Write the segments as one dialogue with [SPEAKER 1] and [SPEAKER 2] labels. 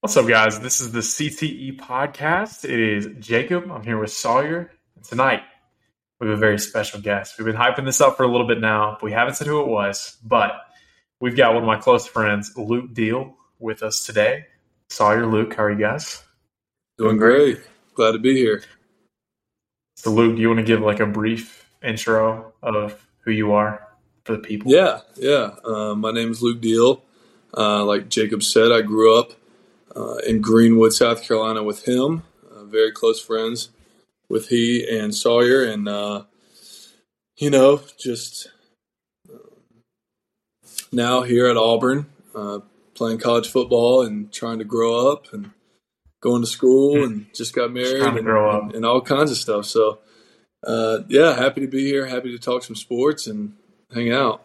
[SPEAKER 1] What's up, guys? This is the CTE podcast. It is Jacob. I'm here with Sawyer. And tonight, we have a very special guest. We've been hyping this up for a little bit now. But we haven't said who it was, but we've got one of my close friends, Luke Deal, with us today. Sawyer, Luke, how are you guys?
[SPEAKER 2] Doing great. Glad to be here.
[SPEAKER 1] So, Luke, do you want to give like a brief intro of who you are for the people?
[SPEAKER 2] Yeah, yeah. Uh, my name is Luke Deal. Uh, like Jacob said, I grew up uh, in Greenwood, South Carolina, with him. Uh, very close friends with he and Sawyer, and uh, you know, just uh, now here at Auburn, uh, playing college football and trying to grow up and going to school, and just got married
[SPEAKER 1] Hmm. trying to
[SPEAKER 2] and,
[SPEAKER 1] grow up.
[SPEAKER 2] and, and all kinds of stuff. So, uh, yeah, happy to be here. Happy to talk some sports and hang out.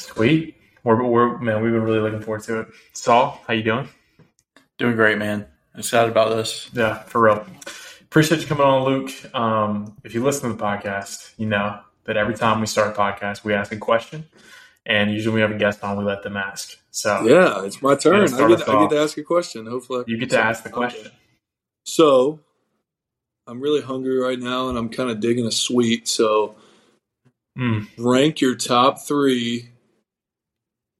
[SPEAKER 1] Sweet. We're, we're man, we've been really looking forward to it. Saul, how you doing?
[SPEAKER 3] Doing great, man. Excited about this.
[SPEAKER 1] Yeah, for real. Appreciate you coming on, Luke. Um, if you listen to the podcast, you know that every time we start a podcast, we ask a question, and usually we have a guest on, we let them ask. So
[SPEAKER 2] Yeah, it's my
[SPEAKER 1] Yeah,
[SPEAKER 2] turn. I
[SPEAKER 1] start
[SPEAKER 2] get,
[SPEAKER 1] us
[SPEAKER 2] I
[SPEAKER 1] off.
[SPEAKER 2] get to ask a question. Hopefully, I
[SPEAKER 1] you
[SPEAKER 2] can
[SPEAKER 1] get
[SPEAKER 2] say-
[SPEAKER 1] to ask the question.
[SPEAKER 2] So, I'm really hungry right now, and I'm kind of digging a sweet. So,
[SPEAKER 1] Mm,
[SPEAKER 2] rank your top three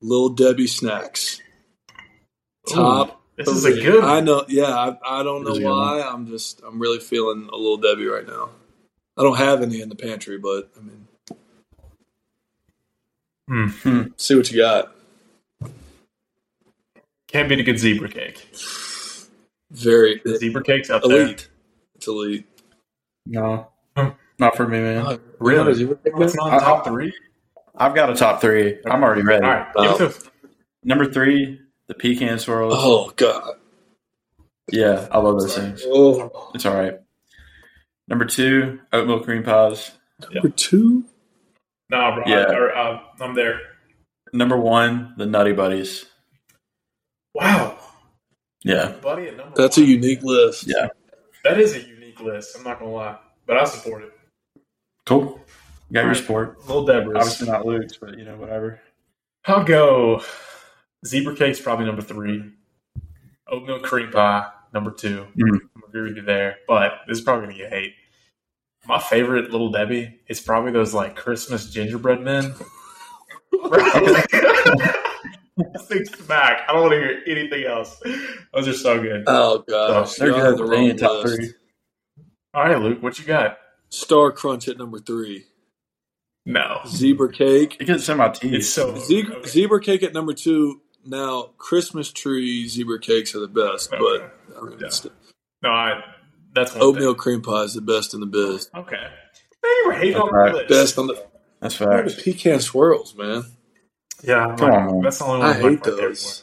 [SPEAKER 2] Little Debbie snacks. Top.
[SPEAKER 1] this is a good.
[SPEAKER 2] I
[SPEAKER 1] One.
[SPEAKER 2] know. Yeah, I, I don't
[SPEAKER 1] This is a
[SPEAKER 2] know
[SPEAKER 1] good
[SPEAKER 2] why. I'm just. I'm really feeling a Little Debbie right now. I don't have any in the pantry, but I mean,
[SPEAKER 1] Mm,
[SPEAKER 2] see what you got.
[SPEAKER 1] can't beat a good zebra cake.
[SPEAKER 2] Very
[SPEAKER 1] The zebra cake's up there.
[SPEAKER 2] elite. It's elite.
[SPEAKER 3] No,
[SPEAKER 1] Hmm.
[SPEAKER 3] not for me,
[SPEAKER 2] Oh,
[SPEAKER 3] man.
[SPEAKER 1] Really? It's not
[SPEAKER 3] I-
[SPEAKER 1] top three.
[SPEAKER 3] I've got a top three. I'm already
[SPEAKER 1] All
[SPEAKER 3] ready.
[SPEAKER 1] right, give it to us.
[SPEAKER 3] Number three, the pecan swirls.
[SPEAKER 2] Oh God.
[SPEAKER 3] Yeah, I love those things.
[SPEAKER 2] Oh,
[SPEAKER 3] It's all right. Number two, oat milk cream pies.
[SPEAKER 2] number two.
[SPEAKER 1] Nah, bro.
[SPEAKER 3] Yeah.
[SPEAKER 1] I, or, uh, I'm there.
[SPEAKER 3] Number one, the Nutty Buddies.
[SPEAKER 1] Wow,
[SPEAKER 3] Yeah,
[SPEAKER 1] buddy. At number
[SPEAKER 2] That's a
[SPEAKER 1] one.
[SPEAKER 2] unique list.
[SPEAKER 3] Yeah.
[SPEAKER 1] That is a unique list. I'm not gonna lie, but I support it.
[SPEAKER 3] cool. Got your sport.
[SPEAKER 1] Little Deborah's.
[SPEAKER 3] Obviously not Luke's, but you know whatever.
[SPEAKER 1] I'll go. Zebra cake's probably number three. Oatmeal cream pie number two.
[SPEAKER 2] Mm-hmm.
[SPEAKER 3] Mm.
[SPEAKER 1] I'm agree with you there, but this is probably gonna get hate. My favorite Little Debbie is probably those like Christmas gingerbread men. Bro, Six smack. I don't want to hear anything else. Those are so good.
[SPEAKER 2] Oh gosh,
[SPEAKER 3] They're
[SPEAKER 2] y'all had
[SPEAKER 3] good.
[SPEAKER 2] the
[SPEAKER 3] but They
[SPEAKER 2] wrong
[SPEAKER 3] ain't top
[SPEAKER 2] list.
[SPEAKER 3] three.
[SPEAKER 1] All right, Luke, what you got?
[SPEAKER 2] Star Crunch at number three.
[SPEAKER 1] No,
[SPEAKER 2] Zebra Cake.
[SPEAKER 3] It gets in my teeth.
[SPEAKER 1] it's so
[SPEAKER 2] Ze-
[SPEAKER 1] okay.
[SPEAKER 2] Zebra Cake at number two. Now, Christmas tree zebra cakes are the best,
[SPEAKER 1] Okay.
[SPEAKER 2] but I mean, it's-
[SPEAKER 1] no. I, that's one
[SPEAKER 2] oatmeal cream pie is the best in the biz.
[SPEAKER 1] Thing. Okay, man, you were hating on
[SPEAKER 3] Alright.
[SPEAKER 1] the list.
[SPEAKER 2] Best on the,
[SPEAKER 3] That's
[SPEAKER 2] Look at
[SPEAKER 3] facts.
[SPEAKER 2] the pecan swirls, man.
[SPEAKER 1] Yeah, I'm
[SPEAKER 3] Come
[SPEAKER 1] like,
[SPEAKER 3] on, man.
[SPEAKER 1] that's the only one
[SPEAKER 2] I
[SPEAKER 1] I'm like
[SPEAKER 2] hate
[SPEAKER 1] right there
[SPEAKER 2] those.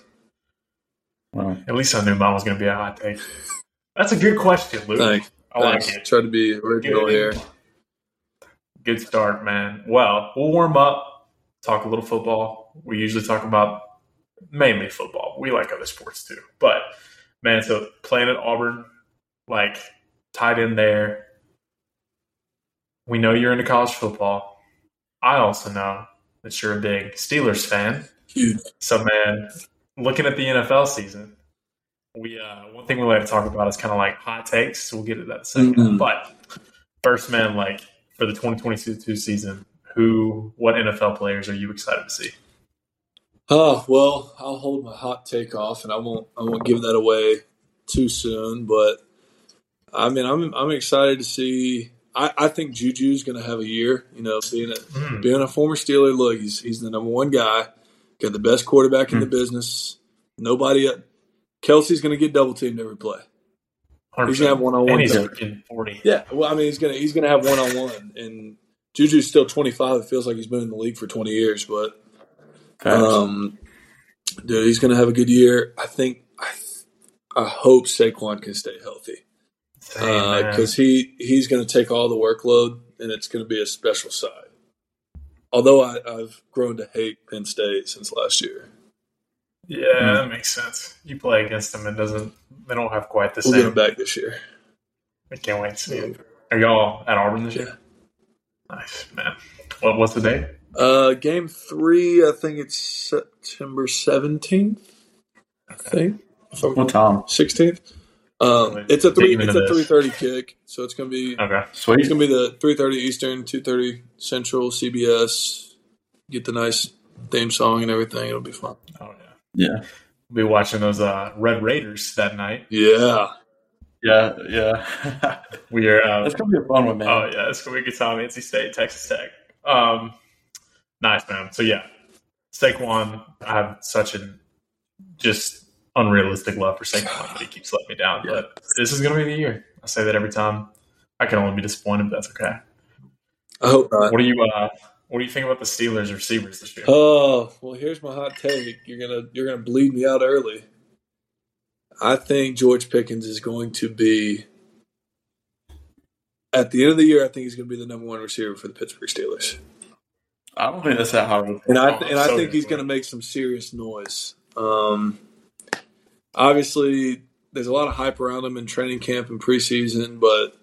[SPEAKER 3] Wow.
[SPEAKER 1] for. At least I knew mine was going to be a hot take. That's a good question, Luke.
[SPEAKER 2] Thanks.
[SPEAKER 1] I like
[SPEAKER 2] Thanks.
[SPEAKER 1] it.
[SPEAKER 2] Try to be original
[SPEAKER 1] Good.
[SPEAKER 2] here.
[SPEAKER 1] Good start, man. Well, we'll warm up, talk a little football. We usually talk about mainly football. We like other sports too, but man, so playing at Auburn, like tied in there. We know you're into college football. I also know that you're a big Steelers fan.
[SPEAKER 2] Huge.
[SPEAKER 1] So man, looking at the NFL season, we uh, one thing we like to talk about is kind of like hot takes. So we'll get to that in a 2nd
[SPEAKER 2] Mhm.
[SPEAKER 1] But first, man, like for the 2022 season, who, what NFL players are you excited to see?
[SPEAKER 2] Oh well, I'll hold my hot take off, and I won't. I won't give that away too soon. But I mean, I'm I'm excited to see. I, I think Juju's going to have a year. You know, being a
[SPEAKER 1] Hmm.
[SPEAKER 2] being a former Steeler, look, he's he's the number one guy. Got the best quarterback
[SPEAKER 1] Hmm.
[SPEAKER 2] in the business. Nobody. uh, Kelsey's going to get double teamed every play. He's going to have one on
[SPEAKER 1] and
[SPEAKER 2] one.
[SPEAKER 1] he's freaking 40.
[SPEAKER 2] Yeah, well, I mean, he's gonna he's gonna have one on one, and Juju's still 25. It feels like he's been in the league for 20 years, but
[SPEAKER 3] Facts.
[SPEAKER 2] um, dude, he's going to have a good year. I think. I, I hope Saquon can stay healthy Uh,
[SPEAKER 1] Same, man.
[SPEAKER 2] because he he's going to take all the workload, and it's going to be a special side. Although I, I've grown to hate Penn State since last year.
[SPEAKER 1] yeah, that makes sense. You play against them, it doesn't. They don't have quite the
[SPEAKER 2] We'll get him
[SPEAKER 1] same.
[SPEAKER 2] back this year.
[SPEAKER 1] I can't wait to see it. Are y'all at Auburn this year? Nice, man. What, what's the date?
[SPEAKER 2] Uh, game three, I think it's September 17th. I think
[SPEAKER 3] What time?
[SPEAKER 2] Sixteenth. Um, it's a three. It's a three thirty kick, so it's gonna be
[SPEAKER 1] Okay.
[SPEAKER 2] it's
[SPEAKER 3] Sweet.
[SPEAKER 2] gonna be the three thirty Eastern, two thirty Central, CBS. Get the nice theme song and everything. It'll be fun.
[SPEAKER 1] Oh yeah.
[SPEAKER 3] Yeah.
[SPEAKER 1] We'll be watching those uh, Red Raiders that night.
[SPEAKER 2] Yeah,
[SPEAKER 3] Yeah. Yeah.
[SPEAKER 1] We are. Uh,
[SPEAKER 3] That's gonna be a fun one, man.
[SPEAKER 1] oh yeah, it's gonna be a good time. NC State, Texas Tech. Um, nice man. So yeah, Saquon. I have such an just unrealistic love for Saquon, but he keeps letting me down.
[SPEAKER 3] Yeah.
[SPEAKER 1] But this is gonna be the year. I say that every time. I can only be disappointed, but that's okay.
[SPEAKER 2] I hope not.
[SPEAKER 1] What do you uh, What do you think about the Steelers receivers this year?
[SPEAKER 2] Oh well, here's my hot take. You're gonna you're gonna bleed me out early. I think George Pickens is going to be at the end of the year. I think he's going to be the number one receiver for the Pittsburgh Steelers,
[SPEAKER 3] I don't think that's that hard. of a-
[SPEAKER 2] Uh, and I
[SPEAKER 1] Oh,
[SPEAKER 2] and I
[SPEAKER 1] so
[SPEAKER 2] think he's
[SPEAKER 1] good.
[SPEAKER 2] going to make some serious noise. Um, obviously, there's a lot of hype around him in training camp and preseason, but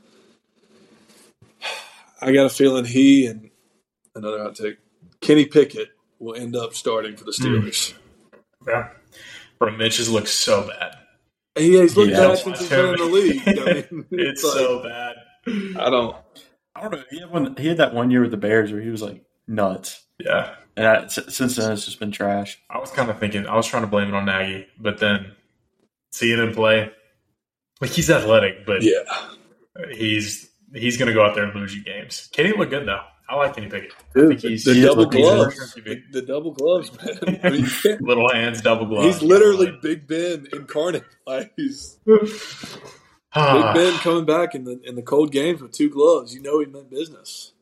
[SPEAKER 2] I got a feeling he and another hot take, Kenny Pickett, will end up starting for the
[SPEAKER 3] Hmm.
[SPEAKER 2] Steelers.
[SPEAKER 1] Yeah. Bro, Mitch's looks so bad.
[SPEAKER 2] He has looked
[SPEAKER 3] Yeah.
[SPEAKER 2] bad since he's been in the league. I mean,
[SPEAKER 1] it's
[SPEAKER 2] like,
[SPEAKER 1] so bad.
[SPEAKER 2] I don't.
[SPEAKER 3] I don't know. He had one. He had that one year with the Bears where he was like nuts,
[SPEAKER 1] Yeah.
[SPEAKER 3] and I, s- since then it's just been trash.
[SPEAKER 1] I was kind of thinking, I was trying to blame it on Nagy, but then seeing him play, like he's athletic, but
[SPEAKER 2] Yeah,
[SPEAKER 1] he's he's going to go out there and lose you games. Kenny looked good, though. I like Kenny Pickett.
[SPEAKER 2] dude,
[SPEAKER 1] think he's-
[SPEAKER 2] the
[SPEAKER 3] he is
[SPEAKER 2] double
[SPEAKER 3] looking good.
[SPEAKER 2] gloves, the, the double gloves, man. I mean, you can't-
[SPEAKER 1] Little hands, double glove.
[SPEAKER 2] he's literally Big Ben incarnate. Like he's Big
[SPEAKER 1] Ah,
[SPEAKER 2] Ben coming back in the in the cold games with two gloves. You know he meant business.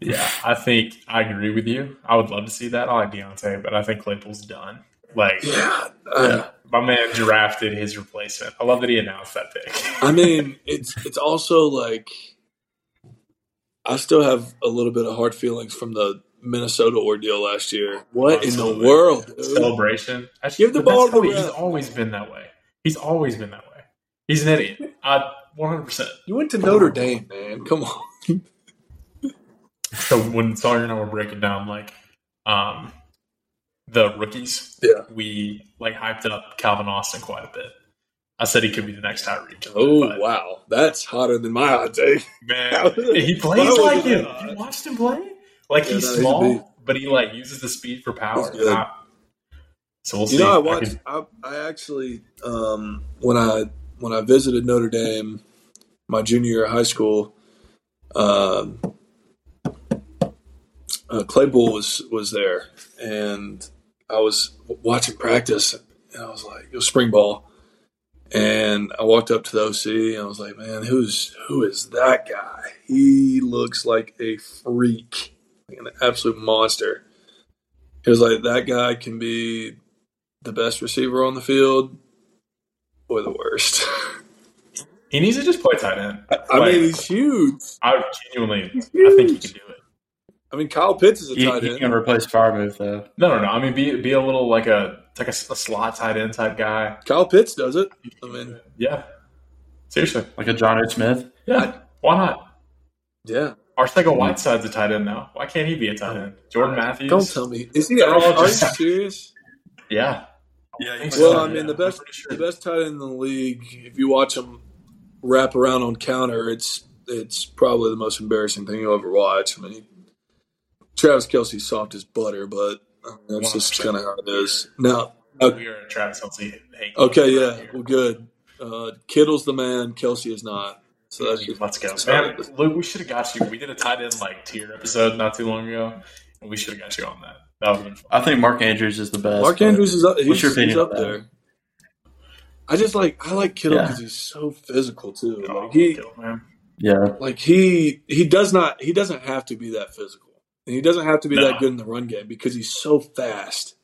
[SPEAKER 1] yeah, I think I agree with you. I would love to see that. I like Deontay, but I think Claypool's done. Like,
[SPEAKER 2] Yeah,
[SPEAKER 1] my man drafted his replacement. I love that he announced that pick.
[SPEAKER 2] I mean, it's it's also like I still have a little bit of hard feelings from the Minnesota ordeal last year. What in the
[SPEAKER 1] Absolutely.
[SPEAKER 2] world? dude?
[SPEAKER 1] celebration. That's-
[SPEAKER 2] Give the
[SPEAKER 1] but that's
[SPEAKER 2] ball
[SPEAKER 1] how
[SPEAKER 2] to
[SPEAKER 1] he-
[SPEAKER 2] Rhett.
[SPEAKER 1] He's always been that way. He's always been that way. He's an idiot. I 100%.
[SPEAKER 2] You went to Notre Dame, man. Come on.
[SPEAKER 1] So when Sawyer and I were breaking down like um, the rookies,
[SPEAKER 2] Yeah.
[SPEAKER 1] we like hyped up Calvin Austin quite a bit. I said he could be the next Tyreek.
[SPEAKER 2] Oh
[SPEAKER 1] But,
[SPEAKER 2] wow, that's hotter than my hot take.
[SPEAKER 1] man, he plays
[SPEAKER 2] That was
[SPEAKER 1] like him.
[SPEAKER 2] a-
[SPEAKER 1] You watched him play? Like
[SPEAKER 2] Yeah,
[SPEAKER 1] he's
[SPEAKER 2] no, he's a beast.
[SPEAKER 1] small, but he like uses the speed for power.
[SPEAKER 2] He's good.
[SPEAKER 1] I- so we'll see.
[SPEAKER 2] You know, I
[SPEAKER 1] I
[SPEAKER 2] watched.
[SPEAKER 1] could-
[SPEAKER 2] I, I actually um, when I when I visited Notre Dame my junior year of high school, um, uh, Claypool was was there, and I was watching practice, and I was like, it was spring ball, and I walked up to the OC, and I was like, man, who's who is that guy? He looks like a freak, like an absolute monster. He was like, that guy can be the best receiver on the field or the worst.
[SPEAKER 1] he needs to just play tight end.
[SPEAKER 2] I, I
[SPEAKER 1] Like-
[SPEAKER 2] mean, he's huge.
[SPEAKER 1] I genuinely, I think he can do it.
[SPEAKER 2] I mean, Kyle Pitts is a
[SPEAKER 3] He,
[SPEAKER 2] tight
[SPEAKER 3] he
[SPEAKER 2] end.
[SPEAKER 3] can replace Firemove though.
[SPEAKER 1] No, no, no. I mean, be be a little like a like a, s- a slot tight end type guy.
[SPEAKER 2] Kyle Pitts does it. I mean,
[SPEAKER 1] Yeah, seriously.
[SPEAKER 3] like a John O. Smith.
[SPEAKER 1] Yeah, why not?
[SPEAKER 2] yeah.
[SPEAKER 1] Arcega Whiteside's a tight end now. Why can't he be a tight end? Jordan Matthews.
[SPEAKER 2] Don't tell me. Is he?
[SPEAKER 1] They're
[SPEAKER 2] Are,
[SPEAKER 1] all
[SPEAKER 2] are you
[SPEAKER 1] just-
[SPEAKER 2] serious?
[SPEAKER 1] Yeah.
[SPEAKER 3] Yeah,
[SPEAKER 1] he
[SPEAKER 2] Well,
[SPEAKER 1] Yeah,
[SPEAKER 2] I mean, the
[SPEAKER 1] I'm
[SPEAKER 2] best
[SPEAKER 1] pretty sure.
[SPEAKER 2] the best tight end in the league. If you watch him wrap around on counter, it's it's probably the most embarrassing thing you'll ever watch. I mean, he, Travis Kelsey's soft as butter, but uh, that's just
[SPEAKER 1] 100%.
[SPEAKER 2] kind of how it is. Now, okay,
[SPEAKER 1] We are a Travis Kelsey. hate-
[SPEAKER 2] okay, yeah, well, good. Uh, Kittle's the man. Kelsey is not. So that's just,
[SPEAKER 1] Let's go,
[SPEAKER 2] Sorry.
[SPEAKER 1] man. Luke, we should have got you. We did a tight end like tier episode not too long ago, and we should have got you on that. That would have been fun.
[SPEAKER 3] I think Mark Andrews is the best.
[SPEAKER 2] Mark
[SPEAKER 3] but
[SPEAKER 2] Andrews is up. He's,
[SPEAKER 3] what's your opinion
[SPEAKER 2] he's up
[SPEAKER 3] on that?
[SPEAKER 2] there. I just like I like Kittle
[SPEAKER 3] Yeah.
[SPEAKER 2] because he's so physical too.
[SPEAKER 1] Oh,
[SPEAKER 2] Like he
[SPEAKER 1] kill, man.
[SPEAKER 3] Yeah,
[SPEAKER 2] like he he does not he doesn't have to be that physical and he doesn't have to be
[SPEAKER 1] No.
[SPEAKER 2] that good in the run game because he's so fast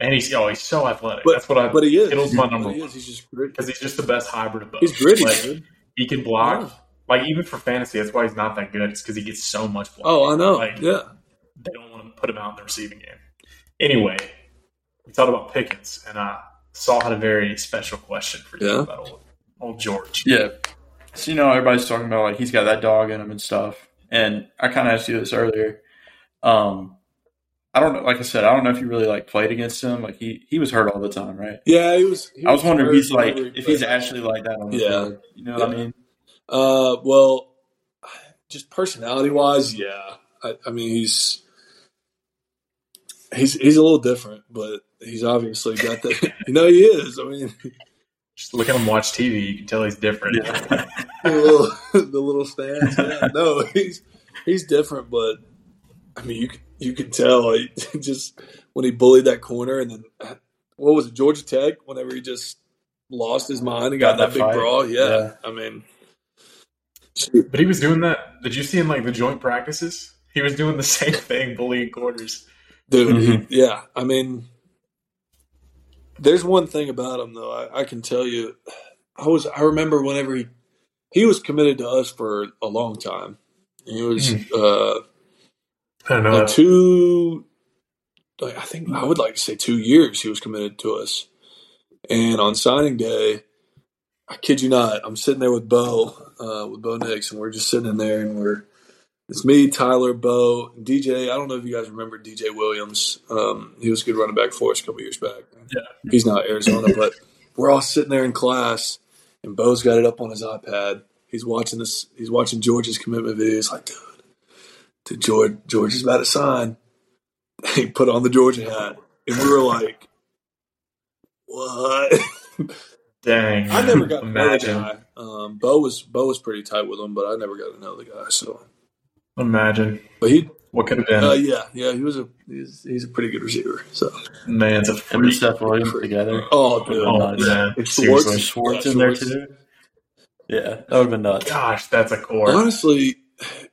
[SPEAKER 1] And he's oh, he's so athletic.
[SPEAKER 2] But-
[SPEAKER 1] That's what I.
[SPEAKER 2] but he is
[SPEAKER 1] Kittle's my
[SPEAKER 2] But
[SPEAKER 1] number
[SPEAKER 2] he
[SPEAKER 1] one
[SPEAKER 2] is he's just gritty
[SPEAKER 1] because he's just the best hybrid of both.
[SPEAKER 2] he's gritty
[SPEAKER 1] Like,
[SPEAKER 2] dude.
[SPEAKER 1] He can block. Like even for fantasy, that's why he's not that good. It's because he gets so much block.
[SPEAKER 2] oh i know
[SPEAKER 1] Like
[SPEAKER 2] yeah
[SPEAKER 1] they don't want to put him out in the receiving game. Anyway, we talked about Pickens, and I saw had a very special question for you
[SPEAKER 2] Yeah.
[SPEAKER 1] about old, old George.
[SPEAKER 3] yeah. So you know, everybody's talking about like he's got that dog in him and stuff. And I kind of asked you this earlier. Um, I I don't know. Like I said, I don't know if you really like played against him. Like he he was hurt all the time, right?
[SPEAKER 2] Yeah, he was. He
[SPEAKER 3] I was wondering if
[SPEAKER 2] hurt
[SPEAKER 3] he's like
[SPEAKER 2] whenever he
[SPEAKER 3] if he's
[SPEAKER 2] played.
[SPEAKER 3] actually like that. On the
[SPEAKER 2] Yeah.
[SPEAKER 3] field. you know what I
[SPEAKER 2] Yeah.
[SPEAKER 3] mean.
[SPEAKER 2] Uh, well, just personality wise, yeah. I, I mean, he's he's he's a little different, but he's obviously got the. you know, he is. I mean,
[SPEAKER 1] Just look at him watch TV. You can tell he's different.
[SPEAKER 3] Yeah.
[SPEAKER 2] the little, the little stance. Yeah, no, he's he's different, but I mean, you c- you can tell he, just when he bullied that corner, and then what was it, Georgia Tech? Whenever he just lost his mind and got,
[SPEAKER 3] Got that
[SPEAKER 2] that, big
[SPEAKER 3] fight.
[SPEAKER 2] brawl. Yeah,
[SPEAKER 3] Yeah.
[SPEAKER 2] I mean,
[SPEAKER 1] But he was doing that. Did you see in like the joint practices? He was doing the same thing, bullying quarters.
[SPEAKER 2] dude,
[SPEAKER 3] Mhm.
[SPEAKER 2] yeah. I mean, there's one thing about him though. I, I can tell you, I was I remember whenever he he was committed to us for a long time. He was. uh
[SPEAKER 1] I don't
[SPEAKER 2] Uh,
[SPEAKER 1] know.
[SPEAKER 2] two, like, I think I would like to say two years he was committed to us. And on signing day, I kid you not, I'm sitting there with Bo, uh, with Bo Nix, and we're just sitting in there and we're, it's me, Tyler, Bo, DJ. I don't know if you guys remember DJ Williams. Um, he was a good running back for us a couple years back.
[SPEAKER 1] Yeah.
[SPEAKER 2] He's not Arizona, but we're all sitting there in class, and Bo's got it up on his iPad. He's watching this. He's watching George's commitment video. He's like, dude, dude George, George is about to sign. He put on the Georgia hat, and we were like, what?
[SPEAKER 1] Dang.
[SPEAKER 2] I never got to know the
[SPEAKER 1] Imagine.
[SPEAKER 2] guy. Um, Bo was Bo was pretty tight with him, but I never got to know the guy. So,
[SPEAKER 1] Imagine.
[SPEAKER 2] but he,
[SPEAKER 1] What could have been?
[SPEAKER 2] uh, yeah, yeah, he was a he's, he's a pretty good receiver. So,
[SPEAKER 1] Man's a
[SPEAKER 3] Him and
[SPEAKER 1] freak.
[SPEAKER 3] Steph Williams together.
[SPEAKER 2] oh, dude,
[SPEAKER 1] Oh, man.
[SPEAKER 2] It's
[SPEAKER 1] Seriously.
[SPEAKER 2] Schwartz.
[SPEAKER 3] Was Schwartz
[SPEAKER 2] Yeah,
[SPEAKER 3] in there
[SPEAKER 2] Schwartz.
[SPEAKER 3] too? Yeah, that would have been nuts.
[SPEAKER 1] Gosh, that's a core.
[SPEAKER 2] Honestly,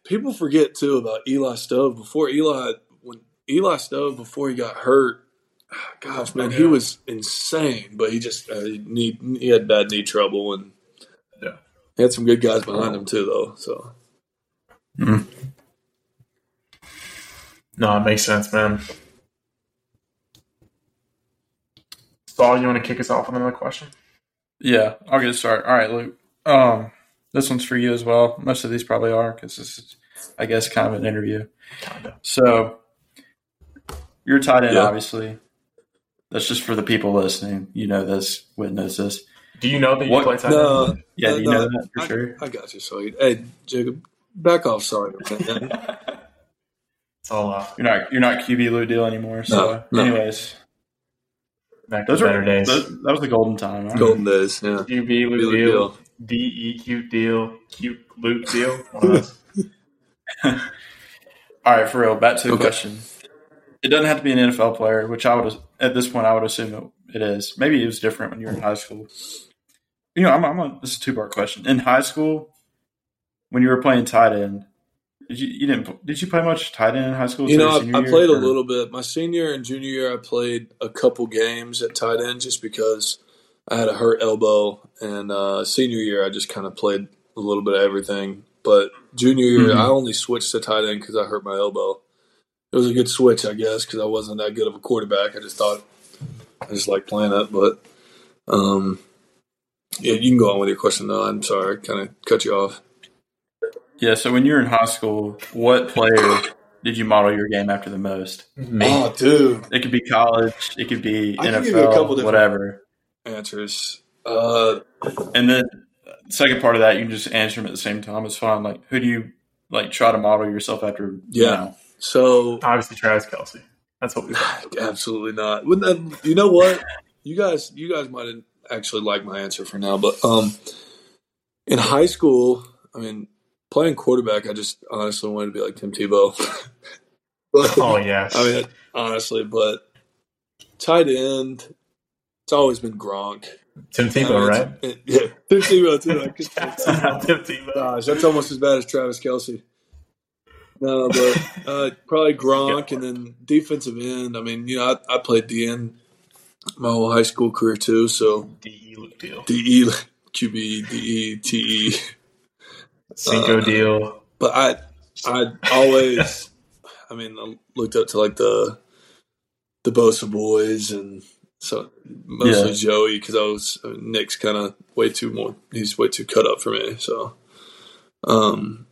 [SPEAKER 2] people forget too about Eli Stove. Before Eli, when Eli Stove before he got hurt, gosh man, he was insane. But he just uh, he knee, he had bad knee trouble, and
[SPEAKER 1] Yeah.
[SPEAKER 2] he had some good guys behind him too, though. So
[SPEAKER 1] No, it makes sense, man. Saul, you want to kick us off with another question?
[SPEAKER 3] Yeah, I'll get a start. All right, Luke. Um, this one's for you as well. Most of these probably are because this is, I guess, kind of an interview.
[SPEAKER 1] Kinda.
[SPEAKER 3] So you're tied in,
[SPEAKER 2] Yeah.
[SPEAKER 3] obviously. That's just for the people listening. You know this, witness this.
[SPEAKER 1] Do you know that you
[SPEAKER 3] What-
[SPEAKER 1] play tight
[SPEAKER 2] no,
[SPEAKER 1] end?
[SPEAKER 3] Yeah,
[SPEAKER 2] Uh,
[SPEAKER 3] do you
[SPEAKER 2] no,
[SPEAKER 3] know that for
[SPEAKER 2] I,
[SPEAKER 3] sure.
[SPEAKER 2] I got you, Sawyer. Hey, Jacob, back off, Sawyer. man.
[SPEAKER 1] It's all off.
[SPEAKER 3] You're not you're not QB Lou Deal anymore. So,
[SPEAKER 2] No, no.
[SPEAKER 3] anyways,
[SPEAKER 1] Back
[SPEAKER 3] those
[SPEAKER 1] to
[SPEAKER 3] were
[SPEAKER 1] better days.
[SPEAKER 3] Those, that was the golden time. Right?
[SPEAKER 2] Golden days, yeah.
[SPEAKER 1] QB Luke
[SPEAKER 2] Really
[SPEAKER 1] deal,
[SPEAKER 2] deal.
[SPEAKER 1] DEQ deal, E Q Luke deal. One of those.
[SPEAKER 3] All right, for real. Back to the
[SPEAKER 2] Okay.
[SPEAKER 3] question. It doesn't have to be an NFL player, which I would at this point I would assume it, it is. Maybe it was different when you were in high school. You know, I'm, I'm a, this is a two part question. In high school, when you were playing tight end, did you, you didn't did you play much tight end in high school?
[SPEAKER 2] You
[SPEAKER 3] too,
[SPEAKER 2] know,
[SPEAKER 3] senior
[SPEAKER 2] I, I
[SPEAKER 3] year,
[SPEAKER 2] played a
[SPEAKER 3] or-
[SPEAKER 2] little bit. My senior and junior year, I played a couple games at tight end just because I had a hurt elbow. And uh, senior year, I just kind of played a little bit of everything. But junior year,
[SPEAKER 3] Mhm.
[SPEAKER 2] I only switched to tight end because I hurt my elbow. It was a good switch, I guess, because I wasn't that good of a quarterback. I just thought I just like playing it. But um, yeah, you can go on with your question though. I'm sorry, I kind of cut you off.
[SPEAKER 3] Yeah. So when you were in high school, what player did you model your game after the most?
[SPEAKER 1] Me.
[SPEAKER 2] dude,
[SPEAKER 3] It could be college. It could be
[SPEAKER 2] I can give you a couple
[SPEAKER 3] NFL.
[SPEAKER 2] different-
[SPEAKER 3] Whatever.
[SPEAKER 2] answers. Uh,
[SPEAKER 3] And then uh, second part of that, you can just answer them at the same time. It's fine. Like, who do you like try to model yourself after?
[SPEAKER 2] Yeah.
[SPEAKER 3] now?
[SPEAKER 2] so
[SPEAKER 1] Obviously, Travis Kelsey. That's what we.
[SPEAKER 2] Absolutely not. Wouldn't that- You know what? You guys, you guys might actually like my answer for now, but um, in high school, I mean, playing quarterback, I just honestly wanted to be like Tim Tebow. but,
[SPEAKER 1] Oh yes.
[SPEAKER 2] I mean, honestly, but tight end, it's always been Gronk.
[SPEAKER 1] Tim
[SPEAKER 2] I mean,
[SPEAKER 1] Tebow,
[SPEAKER 2] it's-
[SPEAKER 1] right?
[SPEAKER 2] it- yeah, Tim Tebow too. I could-
[SPEAKER 1] Tim Tebow.
[SPEAKER 2] Gosh, that's almost as bad as Travis Kelsey. No, but uh, probably Gronk and then defensive end. I mean, you know, I, I played DN my whole high school career too, so E,
[SPEAKER 1] DE Luke deal.
[SPEAKER 2] DE, QB, DE, TE. uh,
[SPEAKER 1] Cinco deal.
[SPEAKER 2] E. But I, I always, I mean, I looked up to like the, the Bosa boys and so mostly Joey because I was Nick's kind of way too more. He's way too cut up for me. So, um,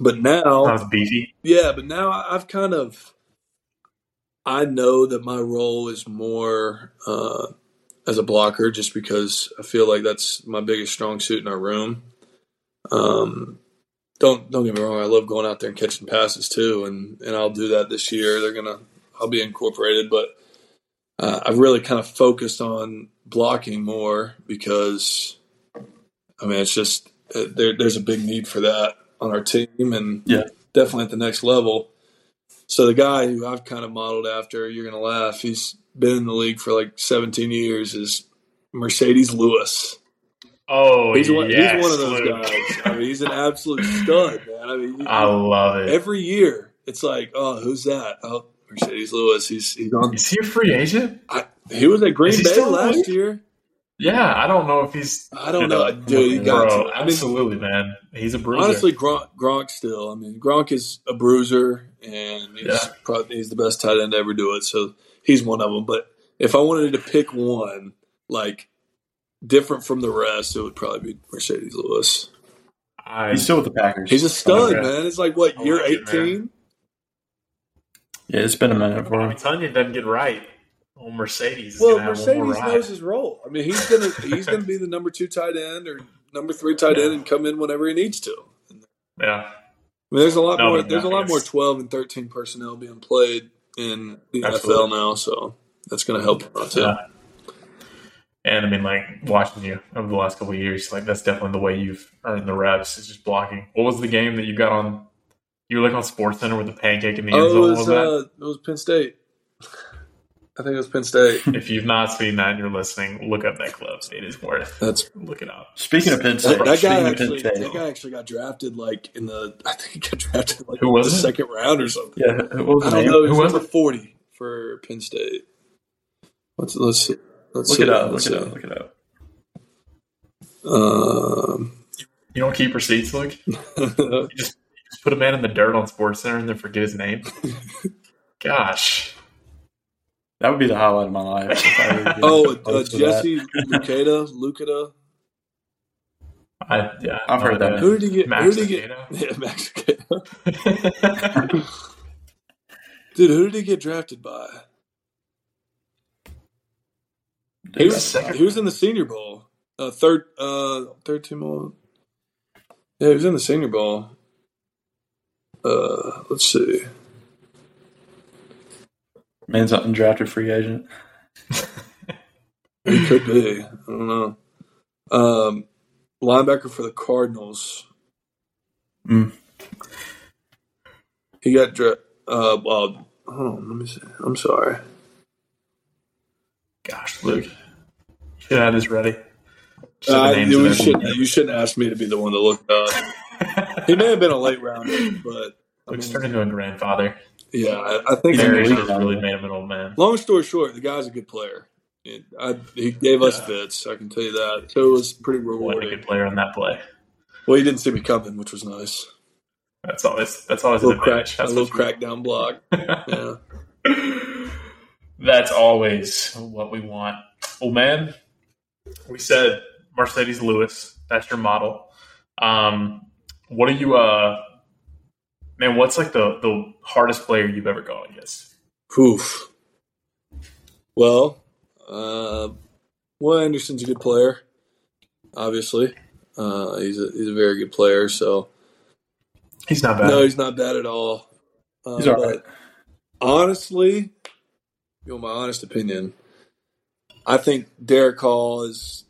[SPEAKER 2] but now oh.
[SPEAKER 1] That was beefy.
[SPEAKER 2] yeah, but now I- I've kind of I know that my role is more uh, as a blocker, just because I feel like that's my biggest strong suit in our room. Um, don't don't get me wrong, I love going out there and catching passes too, and and I'll do that this year. They're gonna, I'll be incorporated, but uh, I've really kind of focused on blocking more because, I mean, it's just uh, there, there's a big need for that on our team, and
[SPEAKER 3] Yeah.
[SPEAKER 2] definitely at the next level. So the guy who I've kind of modeled after, you're gonna laugh. He's been in the league for like 17 years. Is Mercedes Lewis?
[SPEAKER 1] Oh,
[SPEAKER 2] he's, one,
[SPEAKER 1] yes,
[SPEAKER 2] he's one of those
[SPEAKER 1] Luke.
[SPEAKER 2] guys. I mean, he's an absolute stud, man. I mean, he-
[SPEAKER 1] I love it.
[SPEAKER 2] every year it's like, oh, who's that? Oh, Mercedes Lewis. He's he's on.
[SPEAKER 1] Is he a free agent?
[SPEAKER 2] I, he was at
[SPEAKER 1] Is
[SPEAKER 2] Green
[SPEAKER 1] he
[SPEAKER 2] Bay
[SPEAKER 1] still in the
[SPEAKER 2] last
[SPEAKER 1] league?
[SPEAKER 2] year.
[SPEAKER 1] Yeah, I don't know if he's.
[SPEAKER 2] I don't know, dude. He
[SPEAKER 1] uh,
[SPEAKER 2] got
[SPEAKER 1] bro,
[SPEAKER 2] to. I mean,
[SPEAKER 1] absolutely, man. He's a bruiser.
[SPEAKER 2] honestly, Gronk, Gronk still. I mean, Gronk is a bruiser, and he's
[SPEAKER 1] Yeah.
[SPEAKER 2] probably he's the best tight end to ever do it. So he's one of them. But if I wanted to pick one, like different from the rest, it would probably be Mercedes Lewis.
[SPEAKER 1] I,
[SPEAKER 3] He's still with the Packers.
[SPEAKER 2] He's a stud,
[SPEAKER 1] Okay.
[SPEAKER 2] man. It's like what
[SPEAKER 1] I
[SPEAKER 2] year
[SPEAKER 1] like it, man.
[SPEAKER 2] eighteen?
[SPEAKER 3] yeah, it's been a minute for
[SPEAKER 1] I'm
[SPEAKER 3] him.
[SPEAKER 1] telling you, it doesn't get right. Oh, Mercedes. Is
[SPEAKER 2] Well,
[SPEAKER 1] gonna have one more
[SPEAKER 2] Mercedes
[SPEAKER 1] ride.
[SPEAKER 2] knows his role. I mean, he's gonna he's gonna be the number two tight end or number three tight end and come in whenever he needs to.
[SPEAKER 1] Yeah,
[SPEAKER 2] I mean, there's a lot
[SPEAKER 1] No,
[SPEAKER 2] more.
[SPEAKER 1] but
[SPEAKER 2] There's a
[SPEAKER 1] yeah,
[SPEAKER 2] lot more
[SPEAKER 1] it's-
[SPEAKER 2] 12 and 13 personnel being played in the
[SPEAKER 1] Absolutely.
[SPEAKER 2] NFL now, so that's going to help a lot too.
[SPEAKER 1] Yeah. and I mean, like watching you over the last couple of years, like that's definitely the way you've earned the reps is just blocking. What was the game that you got on? You were like on Sports Center with the pancake in the end zone.
[SPEAKER 2] Oh, it
[SPEAKER 1] What
[SPEAKER 2] was,
[SPEAKER 1] was that?
[SPEAKER 2] uh, it was Penn State. I think it was Penn State.
[SPEAKER 1] If you've not seen that and you're listening, look up that clip. It is worth
[SPEAKER 2] That's
[SPEAKER 1] looking up.
[SPEAKER 3] Speaking of Penn State,
[SPEAKER 2] that, that guy
[SPEAKER 3] speaking
[SPEAKER 2] actually.
[SPEAKER 3] of Penn
[SPEAKER 2] That
[SPEAKER 3] State,
[SPEAKER 2] guy actually got drafted like in the. I think he got drafted like
[SPEAKER 1] Who was
[SPEAKER 2] the
[SPEAKER 1] it?
[SPEAKER 2] second round or something.
[SPEAKER 3] yeah, who- what
[SPEAKER 2] I
[SPEAKER 3] was his
[SPEAKER 2] don't
[SPEAKER 3] name?
[SPEAKER 2] know. Who
[SPEAKER 1] Who was
[SPEAKER 2] was number 40 for Penn State? Let's let's see. Let's
[SPEAKER 3] Look
[SPEAKER 2] see.
[SPEAKER 3] it up. Look
[SPEAKER 2] Let's
[SPEAKER 3] it up. Look it up.
[SPEAKER 2] Um,
[SPEAKER 1] You don't keep receipts, Luke. You
[SPEAKER 2] see. Um,
[SPEAKER 1] just, you just put a man in the dirt on Sports Center and then forget his name. Gosh,
[SPEAKER 3] That would be the highlight of my life. if I were to get
[SPEAKER 2] oh,
[SPEAKER 3] close
[SPEAKER 2] uh,
[SPEAKER 3] to that.
[SPEAKER 2] Jesse Lucada. Lucada.
[SPEAKER 1] I yeah,
[SPEAKER 3] I've heard that
[SPEAKER 2] Who did he get?
[SPEAKER 1] Max
[SPEAKER 2] who did he get?
[SPEAKER 1] Lucado.
[SPEAKER 2] Yeah, Max Lucado.
[SPEAKER 1] name.
[SPEAKER 2] Dude, who did he get drafted by? He
[SPEAKER 1] was
[SPEAKER 2] was
[SPEAKER 1] second.
[SPEAKER 2] he was in the Senior Bowl, uh, third uh, third team all. Yeah, he was in the Senior Bowl. Uh, let's see.
[SPEAKER 3] Man's an undrafted free agent.
[SPEAKER 2] He could be. I don't know. Um, linebacker for the Cardinals.
[SPEAKER 3] Hmm.
[SPEAKER 2] He got dra- uh well. Hold on, let me see. I'm sorry.
[SPEAKER 1] Gosh, Luke, you should have this ready. Should have
[SPEAKER 2] Uh,
[SPEAKER 1] named
[SPEAKER 2] you
[SPEAKER 1] him.
[SPEAKER 2] shouldn't. You shouldn't ask me to be the one to look. Uh, he may have been a late rounder, but I
[SPEAKER 1] Luke's
[SPEAKER 2] mean,
[SPEAKER 1] turned into a grandfather.
[SPEAKER 2] yeah, I, I think.
[SPEAKER 3] He's
[SPEAKER 1] Maybe
[SPEAKER 3] really
[SPEAKER 1] should have
[SPEAKER 3] young.
[SPEAKER 1] really made him an old man.
[SPEAKER 2] Long story short, the guy's a good player. It- I, he gave us fits, I can tell you that. So it was pretty
[SPEAKER 1] What a
[SPEAKER 2] rewarding.
[SPEAKER 1] good player on that play.
[SPEAKER 2] Well, he didn't see me coming, which was nice.
[SPEAKER 1] That's always that's always
[SPEAKER 2] A
[SPEAKER 1] an
[SPEAKER 2] little crack,
[SPEAKER 1] advantage.
[SPEAKER 2] a
[SPEAKER 1] That's
[SPEAKER 2] little
[SPEAKER 1] what you-
[SPEAKER 2] crackdown block. Yeah.
[SPEAKER 1] That's always what we want. Well, man, we said Mercedes Lewis. That's your model. Um, what are you, uh, man? What's like the the hardest player you've ever gone against?
[SPEAKER 2] Oof. Well, uh, well, Anderson's a good player. Obviously, uh, he's a he's a very good player. So
[SPEAKER 1] He's not bad.
[SPEAKER 2] no, he's not bad at all. Uh,
[SPEAKER 3] He's all right.
[SPEAKER 2] but honestly, you know, my honest opinion, I think Derek Hall is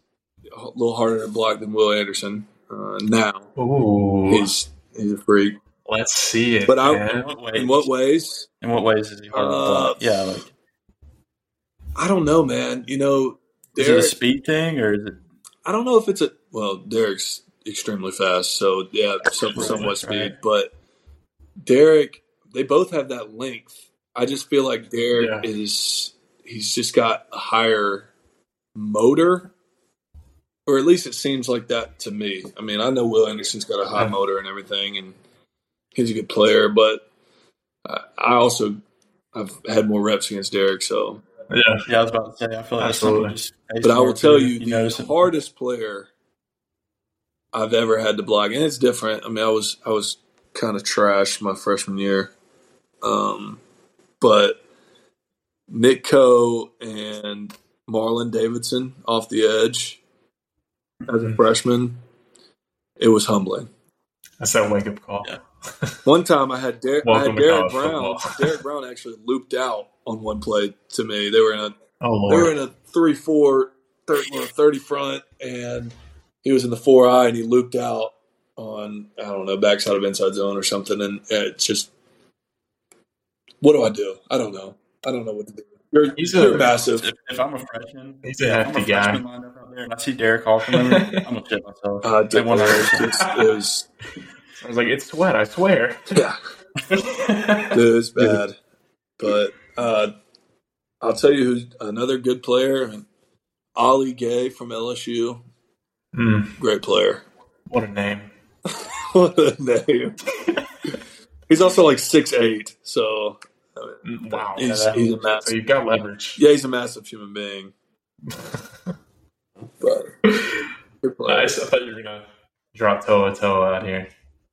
[SPEAKER 2] a little harder to block than Will Anderson. Uh, now
[SPEAKER 1] Ooh,
[SPEAKER 2] he's he's a freak,
[SPEAKER 1] let's see it.
[SPEAKER 2] but I
[SPEAKER 1] man.
[SPEAKER 3] what ways?
[SPEAKER 2] in what ways?
[SPEAKER 3] In what ways is he hard to
[SPEAKER 2] Uh,
[SPEAKER 3] block? Yeah, like
[SPEAKER 2] I don't know, man. You know,
[SPEAKER 3] is it a
[SPEAKER 2] Derek.
[SPEAKER 3] speed thing or is it?
[SPEAKER 2] I don't know if it's a well. Derek's extremely fast, so yeah, some, somewhat speed. But Derek, they both have that length. I just feel like Derek
[SPEAKER 1] Yeah.
[SPEAKER 2] is he's just got a higher motor, or at least it seems like that to me. I mean, I know Will Anderson's got a high
[SPEAKER 1] Yeah.
[SPEAKER 2] motor and everything, and he's a good player. But I, I also I've had more reps against Derek, so
[SPEAKER 1] yeah,
[SPEAKER 3] Yeah, I was about to say. I feel like
[SPEAKER 1] Absolutely.
[SPEAKER 3] someone just.
[SPEAKER 2] but I will tell you,
[SPEAKER 3] you
[SPEAKER 2] the
[SPEAKER 3] notice it.
[SPEAKER 2] hardest player I've ever had to block, and it's different. I mean, I was I was kind of trash my freshman year, um, but Nick Coe and Marlon Davidson off the edge as
[SPEAKER 1] Mm-hmm.
[SPEAKER 2] a freshman, it was humbling.
[SPEAKER 1] That's that wake up call.
[SPEAKER 3] Yeah.
[SPEAKER 2] One time I had, Der- I
[SPEAKER 1] Welcome
[SPEAKER 2] had
[SPEAKER 1] to
[SPEAKER 2] Derek
[SPEAKER 1] college
[SPEAKER 2] Brown.
[SPEAKER 1] football.
[SPEAKER 2] Derek Brown actually looped out on one play to me. They were in a
[SPEAKER 1] Oh
[SPEAKER 2] they were
[SPEAKER 1] lord.
[SPEAKER 2] in a 3 4, 30, well, 30 front, and he was in the 4 eye and he looped out on, I don't know, backside of inside zone or something. And it's just, what do I do? I don't know. I don't know what to do. You're,
[SPEAKER 1] He's
[SPEAKER 2] you're
[SPEAKER 1] a-
[SPEAKER 2] massive.
[SPEAKER 3] If, if I'm a freshman,
[SPEAKER 1] He's a
[SPEAKER 3] yeah, if
[SPEAKER 1] hefty guy.
[SPEAKER 3] freshman lined up out there and I see Derek Hall come over, I'm gonna shit myself.
[SPEAKER 2] Uh,
[SPEAKER 3] They won our-
[SPEAKER 2] it's, it was,
[SPEAKER 1] I was like, it's sweat. I swear. Hmm.
[SPEAKER 2] yeah, it was bad. But uh, I'll tell you who's another good player, and Ollie Gay from LSU,
[SPEAKER 1] Hmm,
[SPEAKER 2] great player.
[SPEAKER 1] what a name.
[SPEAKER 2] what a name. he's also like six eight, so I mean,
[SPEAKER 1] Mm, Wow.
[SPEAKER 3] Yeah,
[SPEAKER 2] he's,
[SPEAKER 3] that-
[SPEAKER 2] he's a
[SPEAKER 1] So
[SPEAKER 2] massive.
[SPEAKER 1] you've got leverage.
[SPEAKER 2] Yeah, he's a massive human being. But good player.
[SPEAKER 1] Nice. I thought you were gonna drop Toa Toa out here.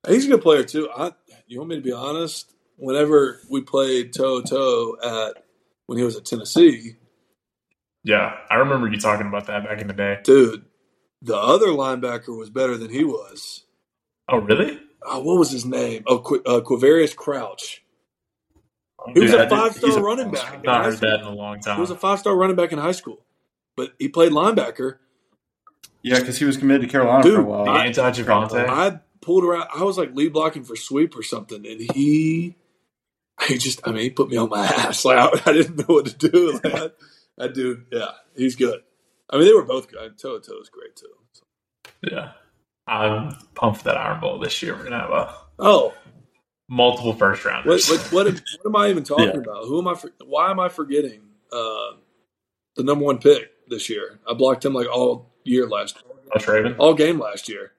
[SPEAKER 2] He's a good player too. I, you want me to be honest? Whenever we played toe toe at when he was at Tennessee,
[SPEAKER 1] Yeah, I remember you talking about that back in the day.
[SPEAKER 2] dude, the other linebacker was better than he was.
[SPEAKER 1] Oh really?
[SPEAKER 2] Oh, what was his name? Oh, Qu- uh, Quavarius Crouch. He
[SPEAKER 1] Dude,
[SPEAKER 2] was
[SPEAKER 3] Dude, I
[SPEAKER 2] a
[SPEAKER 3] did-
[SPEAKER 2] five
[SPEAKER 3] he's
[SPEAKER 2] star
[SPEAKER 3] a-
[SPEAKER 2] running back.
[SPEAKER 1] I've
[SPEAKER 2] in high
[SPEAKER 1] not heard
[SPEAKER 2] school.
[SPEAKER 1] that in a long time.
[SPEAKER 2] He was a five star running back in high school, but he played linebacker.
[SPEAKER 3] Yeah, because he was committed to Carolina for a
[SPEAKER 2] Dude,
[SPEAKER 1] the
[SPEAKER 3] while.
[SPEAKER 2] I-
[SPEAKER 1] anti Javante.
[SPEAKER 2] I pulled around. I was like lead blocking for sweep or something, and he, he just, I mean, he put me on my ass. Like I, I didn't know what to do. Like, I, that dude, yeah, he's good. I mean, they were both good. Toe Toe is great too.
[SPEAKER 1] Yeah, I'm pumped for that Iron Bowl this year. We're gonna have a
[SPEAKER 2] Oh,
[SPEAKER 1] multiple first
[SPEAKER 2] what
[SPEAKER 1] rounders.
[SPEAKER 2] what what am, what am I even talking
[SPEAKER 3] Yeah.
[SPEAKER 2] about? Who am I? For, why am I forgetting uh, the number one pick this year? I blocked him like all year last
[SPEAKER 1] Josh Raven.
[SPEAKER 2] all game last year.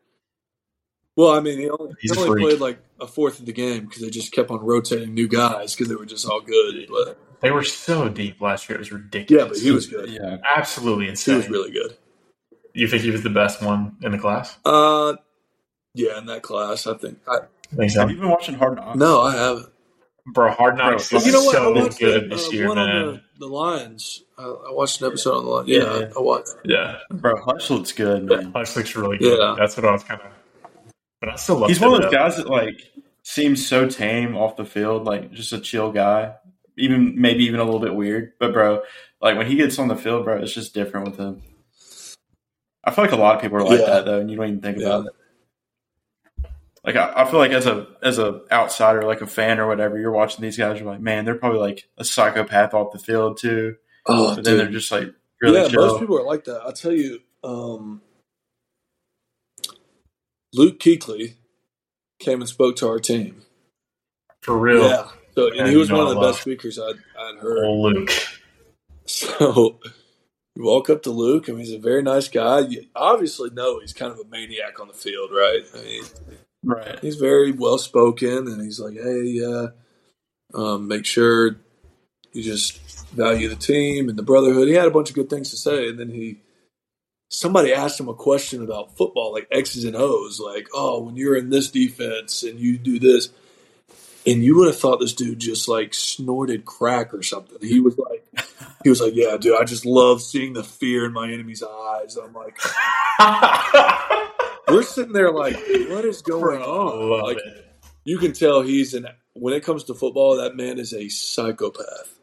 [SPEAKER 2] Well, I mean, he only, he
[SPEAKER 1] He's a
[SPEAKER 2] only
[SPEAKER 1] freak.
[SPEAKER 2] played like a fourth of the game because they just kept on rotating new guys because they were just all good. But
[SPEAKER 1] They were so deep last year; it was ridiculous.
[SPEAKER 2] yeah, but he was good.
[SPEAKER 3] Yeah,
[SPEAKER 1] absolutely
[SPEAKER 2] He
[SPEAKER 1] insane.
[SPEAKER 2] was really good.
[SPEAKER 1] you think he was the best one in the class?
[SPEAKER 2] Uh, yeah, in that class, I think. I,
[SPEAKER 1] I think
[SPEAKER 3] have
[SPEAKER 1] so.
[SPEAKER 3] you been watching Hard Knocks?
[SPEAKER 2] no, I haven't.
[SPEAKER 1] Bro, Hard Knocks
[SPEAKER 3] Bro,
[SPEAKER 1] is
[SPEAKER 2] You know what? I
[SPEAKER 1] so
[SPEAKER 2] watched
[SPEAKER 1] good
[SPEAKER 2] the,
[SPEAKER 1] this
[SPEAKER 2] uh,
[SPEAKER 1] year,
[SPEAKER 2] one
[SPEAKER 1] man.
[SPEAKER 2] on the, the Lions. I, I watched an episode on the Lions. Yeah,
[SPEAKER 3] Yeah, yeah.
[SPEAKER 2] I, I watched.
[SPEAKER 1] Yeah,
[SPEAKER 3] bro, Hutch looks good, man.
[SPEAKER 1] Hutch looks really good.
[SPEAKER 2] Yeah.
[SPEAKER 1] That's what I was kind of. But I still love.
[SPEAKER 3] He's one of
[SPEAKER 1] Thibodeau.
[SPEAKER 3] those guys that like seems so tame off the field, like just a chill guy. Even maybe even a little bit weird, but bro, like when he gets on the field, bro, it's just different with him. I feel like a lot of people are like
[SPEAKER 2] Yeah.
[SPEAKER 3] that though, and you don't even think about it. Like I, I feel like as a as a outsider, like a fan or whatever, you're watching these guys, you're like, man, they're probably like a psychopath off the field too.
[SPEAKER 2] Oh,
[SPEAKER 3] But then
[SPEAKER 2] dude.
[SPEAKER 3] they're just like really
[SPEAKER 2] yeah,
[SPEAKER 3] chill.
[SPEAKER 2] most people are like that. I tell you, um, Luke Keekley came and spoke to our team.
[SPEAKER 1] for real.
[SPEAKER 2] Yeah, so and
[SPEAKER 1] Man,
[SPEAKER 2] he was
[SPEAKER 1] you know uh,
[SPEAKER 2] one of
[SPEAKER 1] I
[SPEAKER 2] the
[SPEAKER 1] love-
[SPEAKER 2] best speakers I'd, I'd heard.
[SPEAKER 1] Old Luke.
[SPEAKER 2] So you walk up to Luke, and he's a very nice guy. You obviously know he's kind of a maniac on the field, right? I mean,
[SPEAKER 3] Right.
[SPEAKER 2] he's very well spoken, and he's like, "Hey, uh, um, make sure you just value the team and the brotherhood." He had a bunch of good things to say, and then he somebody asked him a question about football, like X's and O's, like, "Oh, when you're in this defense and you do this," and you would have thought this dude just like snorted crack or something. He was like. He was like, "Yeah, dude, I just love seeing the fear in my enemy's eyes." I'm like, we're sitting there like, "What is going on?"
[SPEAKER 1] love
[SPEAKER 2] like,
[SPEAKER 1] it.
[SPEAKER 2] you can tell he's an when it comes to football, that man is a psychopath.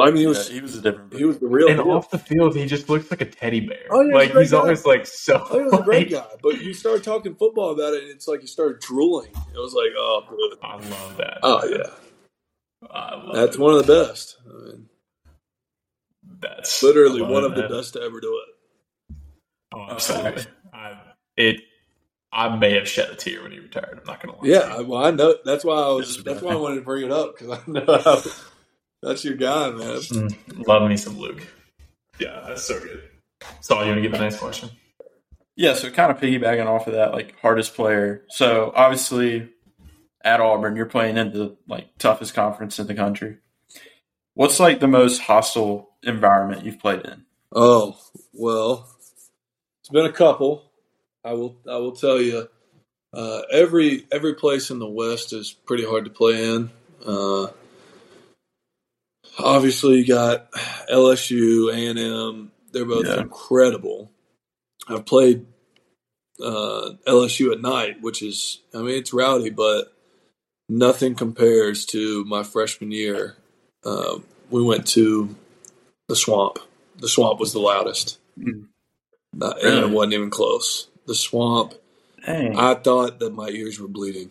[SPEAKER 2] I mean, he was
[SPEAKER 3] Yeah, he was a different.
[SPEAKER 2] he was the real
[SPEAKER 1] And
[SPEAKER 2] deal.
[SPEAKER 1] off the field, he just looks like a teddy bear.
[SPEAKER 2] Oh, yeah, he's a
[SPEAKER 1] like
[SPEAKER 2] great
[SPEAKER 1] he's
[SPEAKER 2] guy.
[SPEAKER 1] always like so.
[SPEAKER 2] I mean, he was a great
[SPEAKER 1] like-
[SPEAKER 2] guy, but you start talking football about it, and it's like you start drooling. It was like, oh, dude.
[SPEAKER 1] I love that.
[SPEAKER 2] oh yeah,
[SPEAKER 1] I love
[SPEAKER 2] that's
[SPEAKER 1] it.
[SPEAKER 2] one of the best. I mean,
[SPEAKER 1] That's
[SPEAKER 2] literally
[SPEAKER 1] I love
[SPEAKER 2] one
[SPEAKER 1] it,
[SPEAKER 2] of the
[SPEAKER 1] man.
[SPEAKER 2] best to ever do it.
[SPEAKER 1] Oh, absolutely. I, it. I may have shed a tear when he retired. I'm not gonna lie.
[SPEAKER 2] Yeah, I, well, I know. That's why I
[SPEAKER 3] This
[SPEAKER 2] was.
[SPEAKER 3] is
[SPEAKER 2] That's
[SPEAKER 3] bad.
[SPEAKER 2] why I wanted to bring it up because I know how, that's your guy, man.
[SPEAKER 1] to you. Mm, love me some Luke. Yeah, that's so good. Saul, you want to get the next question?
[SPEAKER 3] Yeah, so kind of piggybacking off of that, like hardest player. So obviously, at Auburn, you're playing in the like toughest conference in the country. What's like the most hostile environment you've played in?
[SPEAKER 2] Oh well, it's been a couple. I will I will tell you, uh, every every place in the West is pretty hard to play in. Uh, obviously you got LSU, A and M. They're both
[SPEAKER 3] Yeah.
[SPEAKER 2] incredible. I've played uh, LSU at night, which is I mean it's rowdy, but nothing compares to my freshman year. Uh, we went to the swamp. The swamp was the loudest.
[SPEAKER 3] Mm.
[SPEAKER 2] Not-
[SPEAKER 3] Really?
[SPEAKER 2] And it wasn't even close. The swamp.
[SPEAKER 3] Dang,
[SPEAKER 2] I thought that my ears were bleeding.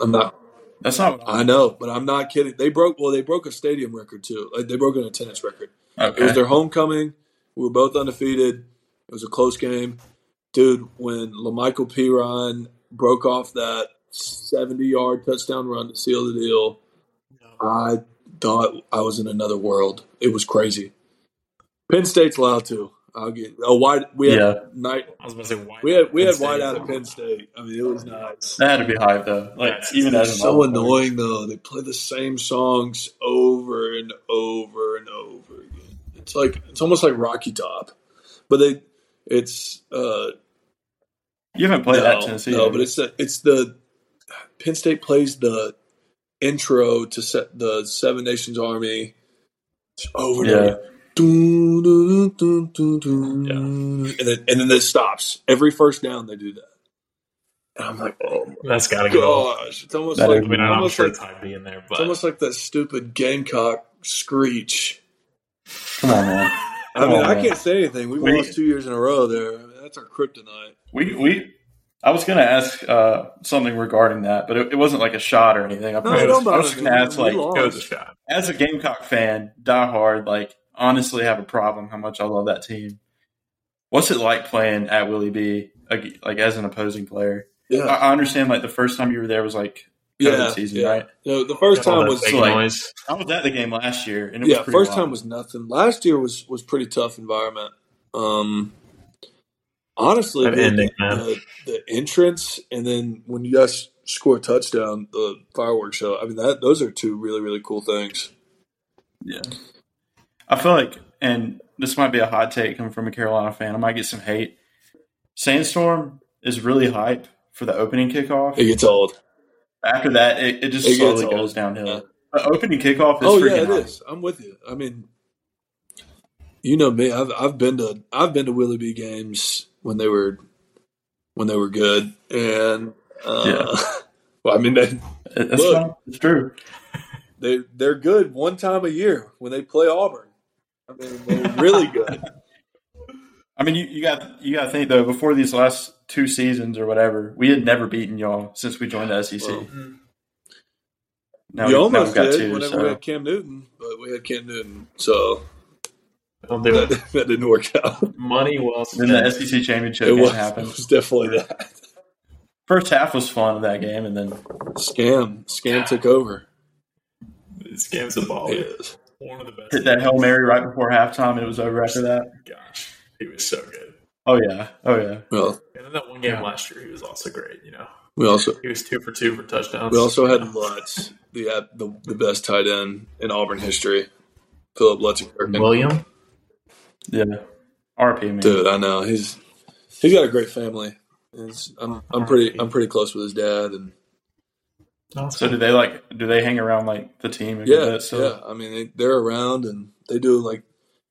[SPEAKER 2] I'm not
[SPEAKER 3] that's not what
[SPEAKER 2] I know, but I'm not kidding. They broke well. They broke a stadium record too. Like they broke an attendance record.
[SPEAKER 3] I,
[SPEAKER 2] It was
[SPEAKER 3] okay.
[SPEAKER 2] their homecoming. We were both undefeated. It was a close game, dude. When Lamichael Piron broke off that 70-yard touchdown run to seal the deal, I thought I was in another world. It was crazy. Penn State's loud too. I'll get a wide. We had
[SPEAKER 3] Yeah.
[SPEAKER 2] night.
[SPEAKER 1] I was going to say why.
[SPEAKER 2] We had we
[SPEAKER 1] Penn
[SPEAKER 2] had
[SPEAKER 1] State
[SPEAKER 2] wide
[SPEAKER 1] is
[SPEAKER 2] out
[SPEAKER 1] loud.
[SPEAKER 2] of Penn State. I mean, it was nuts.
[SPEAKER 3] That had to be hype though. Like
[SPEAKER 1] That's-
[SPEAKER 3] even
[SPEAKER 2] They're
[SPEAKER 3] as an
[SPEAKER 2] so
[SPEAKER 3] all-star.
[SPEAKER 2] annoying though. They play the same songs over and over and over again. It's like it's almost like Rocky Top, but they it's uh
[SPEAKER 3] You haven't played
[SPEAKER 2] no,
[SPEAKER 3] at Oh, Tennessee.
[SPEAKER 2] no,
[SPEAKER 3] have
[SPEAKER 2] but
[SPEAKER 3] you?
[SPEAKER 2] it's the it's the Penn State plays the intro to set the Seven Nations Army over and
[SPEAKER 3] Yeah.
[SPEAKER 2] over. Dun, dun, dun, dun, dun, dun. And then and then it stops every first down. They do that, and I'm like, oh
[SPEAKER 1] That's got to
[SPEAKER 2] my
[SPEAKER 1] go.
[SPEAKER 2] gosh! It's almost
[SPEAKER 3] That
[SPEAKER 2] like
[SPEAKER 1] I mean, I'm
[SPEAKER 2] almost
[SPEAKER 1] sure
[SPEAKER 2] like-
[SPEAKER 1] it's high being there,
[SPEAKER 2] it's
[SPEAKER 1] but
[SPEAKER 2] almost like that stupid gamecock screech.
[SPEAKER 3] come on, man.
[SPEAKER 2] I mean,
[SPEAKER 3] Oh,
[SPEAKER 2] I
[SPEAKER 3] man.
[SPEAKER 2] can't say anything. We've
[SPEAKER 3] We-
[SPEAKER 2] lost two years in a row there. I mean, that's our kryptonite.
[SPEAKER 3] We we. I was gonna ask uh, something regarding that, but it, it wasn't like a shot or anything. I, promise.
[SPEAKER 1] it
[SPEAKER 2] don't
[SPEAKER 3] I was
[SPEAKER 2] bother
[SPEAKER 3] just gonna
[SPEAKER 2] me.
[SPEAKER 3] ask,
[SPEAKER 2] We
[SPEAKER 3] like,
[SPEAKER 2] lost.
[SPEAKER 1] it was a shot.
[SPEAKER 3] as a Gamecock fan, die hard, like honestly have a problem how much I love that team. What's it like playing at Willie B, ag- like as an opposing player?
[SPEAKER 2] Yeah,
[SPEAKER 3] I I understand like the first time you were there was like COVID
[SPEAKER 2] yeah,
[SPEAKER 3] season,
[SPEAKER 2] yeah.
[SPEAKER 3] right?
[SPEAKER 2] You know, the first
[SPEAKER 1] All
[SPEAKER 2] time
[SPEAKER 1] that
[SPEAKER 2] was
[SPEAKER 1] fake
[SPEAKER 3] like-
[SPEAKER 1] noise.
[SPEAKER 3] I was at the game last year, and it
[SPEAKER 2] yeah.
[SPEAKER 3] was pretty
[SPEAKER 2] First
[SPEAKER 3] wild.
[SPEAKER 2] time was nothing. Last year was was pretty tough environment. Um, honestly,
[SPEAKER 1] That
[SPEAKER 2] the,
[SPEAKER 1] ending, man.
[SPEAKER 2] the, the entrance and then when you guys score a touchdown, the fireworks show. I mean, that those are two really really cool things.
[SPEAKER 3] Yeah. I feel like, and this might be a hot take coming from a Carolina fan. I might get some hate. Sandstorm is really hype for the opening kickoff.
[SPEAKER 2] It gets old.
[SPEAKER 3] After that, it, it just
[SPEAKER 2] It gets
[SPEAKER 3] slowly
[SPEAKER 2] old.
[SPEAKER 3] goes downhill.
[SPEAKER 2] Yeah.
[SPEAKER 3] The opening kickoff is
[SPEAKER 2] oh
[SPEAKER 3] freaking
[SPEAKER 2] yeah, it
[SPEAKER 3] hype.
[SPEAKER 2] is. I'm with you. I mean, you know me. I've I've been to I've been to Willie B games when they were when they were good, and uh, well, I mean they
[SPEAKER 3] It- It's,
[SPEAKER 2] Look.
[SPEAKER 3] fine. it's true.
[SPEAKER 2] they they're good one time a year when they play Auburn. I mean, they're really good.
[SPEAKER 3] I mean, you, you got you got to think though. Before these last two seasons or whatever, we had never beaten y'all since we joined the SEC.
[SPEAKER 2] Well, you
[SPEAKER 3] now, we, now
[SPEAKER 2] almost
[SPEAKER 3] we've got
[SPEAKER 2] did
[SPEAKER 3] two.
[SPEAKER 2] whenever
[SPEAKER 3] so.
[SPEAKER 2] we had Cam Newton, but we had Cam Newton, so
[SPEAKER 1] Don't do
[SPEAKER 2] that,
[SPEAKER 1] it.
[SPEAKER 2] that didn't work out.
[SPEAKER 1] Money well
[SPEAKER 3] then the E
[SPEAKER 1] spent.
[SPEAKER 3] SEC championship
[SPEAKER 2] It
[SPEAKER 3] game
[SPEAKER 2] was, it
[SPEAKER 3] happened.
[SPEAKER 2] was definitely that
[SPEAKER 3] First half was fun of that game, and then
[SPEAKER 2] scam. Scam took over.
[SPEAKER 1] This game's a
[SPEAKER 3] Oh,
[SPEAKER 1] ball.
[SPEAKER 2] Yes.
[SPEAKER 1] One of the best.
[SPEAKER 3] hit that hail mary right before halftime, and it was over after that.
[SPEAKER 1] Gosh, he was so good.
[SPEAKER 3] Oh yeah, oh yeah.
[SPEAKER 2] Well,
[SPEAKER 1] And then that one game
[SPEAKER 3] Yeah.
[SPEAKER 1] last year, he was also great. You know,
[SPEAKER 2] we also
[SPEAKER 1] he was two for two for touchdowns.
[SPEAKER 2] We also had Lutz, the, uh, the the best tight end in Auburn history. Philip Lutz
[SPEAKER 1] William.
[SPEAKER 3] Yeah. RP man.
[SPEAKER 2] Dude, I know he's he's got a great family. It's- I'm I'm pretty I'm pretty close with his dad, and
[SPEAKER 3] So do they like do they hang around like the team? And
[SPEAKER 2] yeah,
[SPEAKER 3] so
[SPEAKER 2] yeah. I mean, they, they're around, and they do like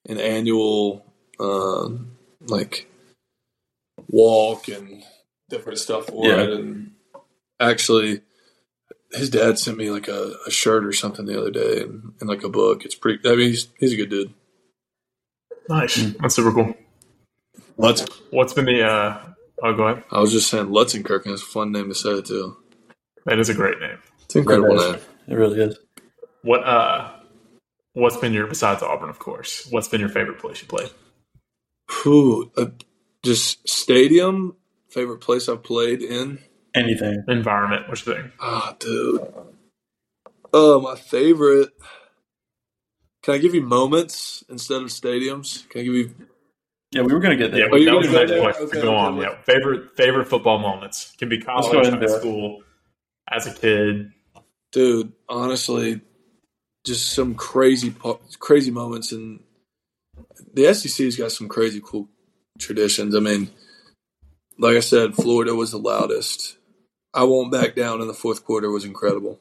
[SPEAKER 2] an annual um, like walk and different stuff for
[SPEAKER 3] Yeah.
[SPEAKER 2] it. And actually, his dad sent me like a, a shirt or something the other day, and, and like a book. It's pretty. I mean, he's he's a good dude.
[SPEAKER 1] nice.
[SPEAKER 3] Hmm.
[SPEAKER 1] That's super cool.
[SPEAKER 2] Lutz
[SPEAKER 1] What's been the? uh Oh, go ahead.
[SPEAKER 2] I was just saying Lutzenkirchen is a fun name to say too.
[SPEAKER 1] That is a great name.
[SPEAKER 2] It's an incredible
[SPEAKER 3] That
[SPEAKER 2] name.
[SPEAKER 3] it really is.
[SPEAKER 1] What? uh What's been your besides Auburn, of course? What's been your favorite place you played?
[SPEAKER 2] Whew, uh, just stadium favorite place I've played in.
[SPEAKER 3] Anything.
[SPEAKER 1] Environment, which thing?
[SPEAKER 2] Ah, dude. Oh, my favorite. Can I give you moments instead of stadiums? Can I give you?
[SPEAKER 3] Yeah, we were gonna get there.
[SPEAKER 1] Yeah, that
[SPEAKER 2] Oh, gonna
[SPEAKER 1] was
[SPEAKER 2] go
[SPEAKER 1] the next
[SPEAKER 2] there?
[SPEAKER 1] question.
[SPEAKER 2] Okay,
[SPEAKER 1] go
[SPEAKER 2] okay,
[SPEAKER 1] on.
[SPEAKER 2] what-
[SPEAKER 1] Yeah, favorite favorite football moments can be
[SPEAKER 3] Let's go
[SPEAKER 1] college,
[SPEAKER 3] ahead and
[SPEAKER 1] high
[SPEAKER 3] do it.
[SPEAKER 1] school, as a kid.
[SPEAKER 2] Dude, honestly, just some crazy, po- crazy moments, and the SEC's got some crazy cool traditions. I mean, like I said, Florida was the loudest. I won't back down in the fourth quarter was incredible.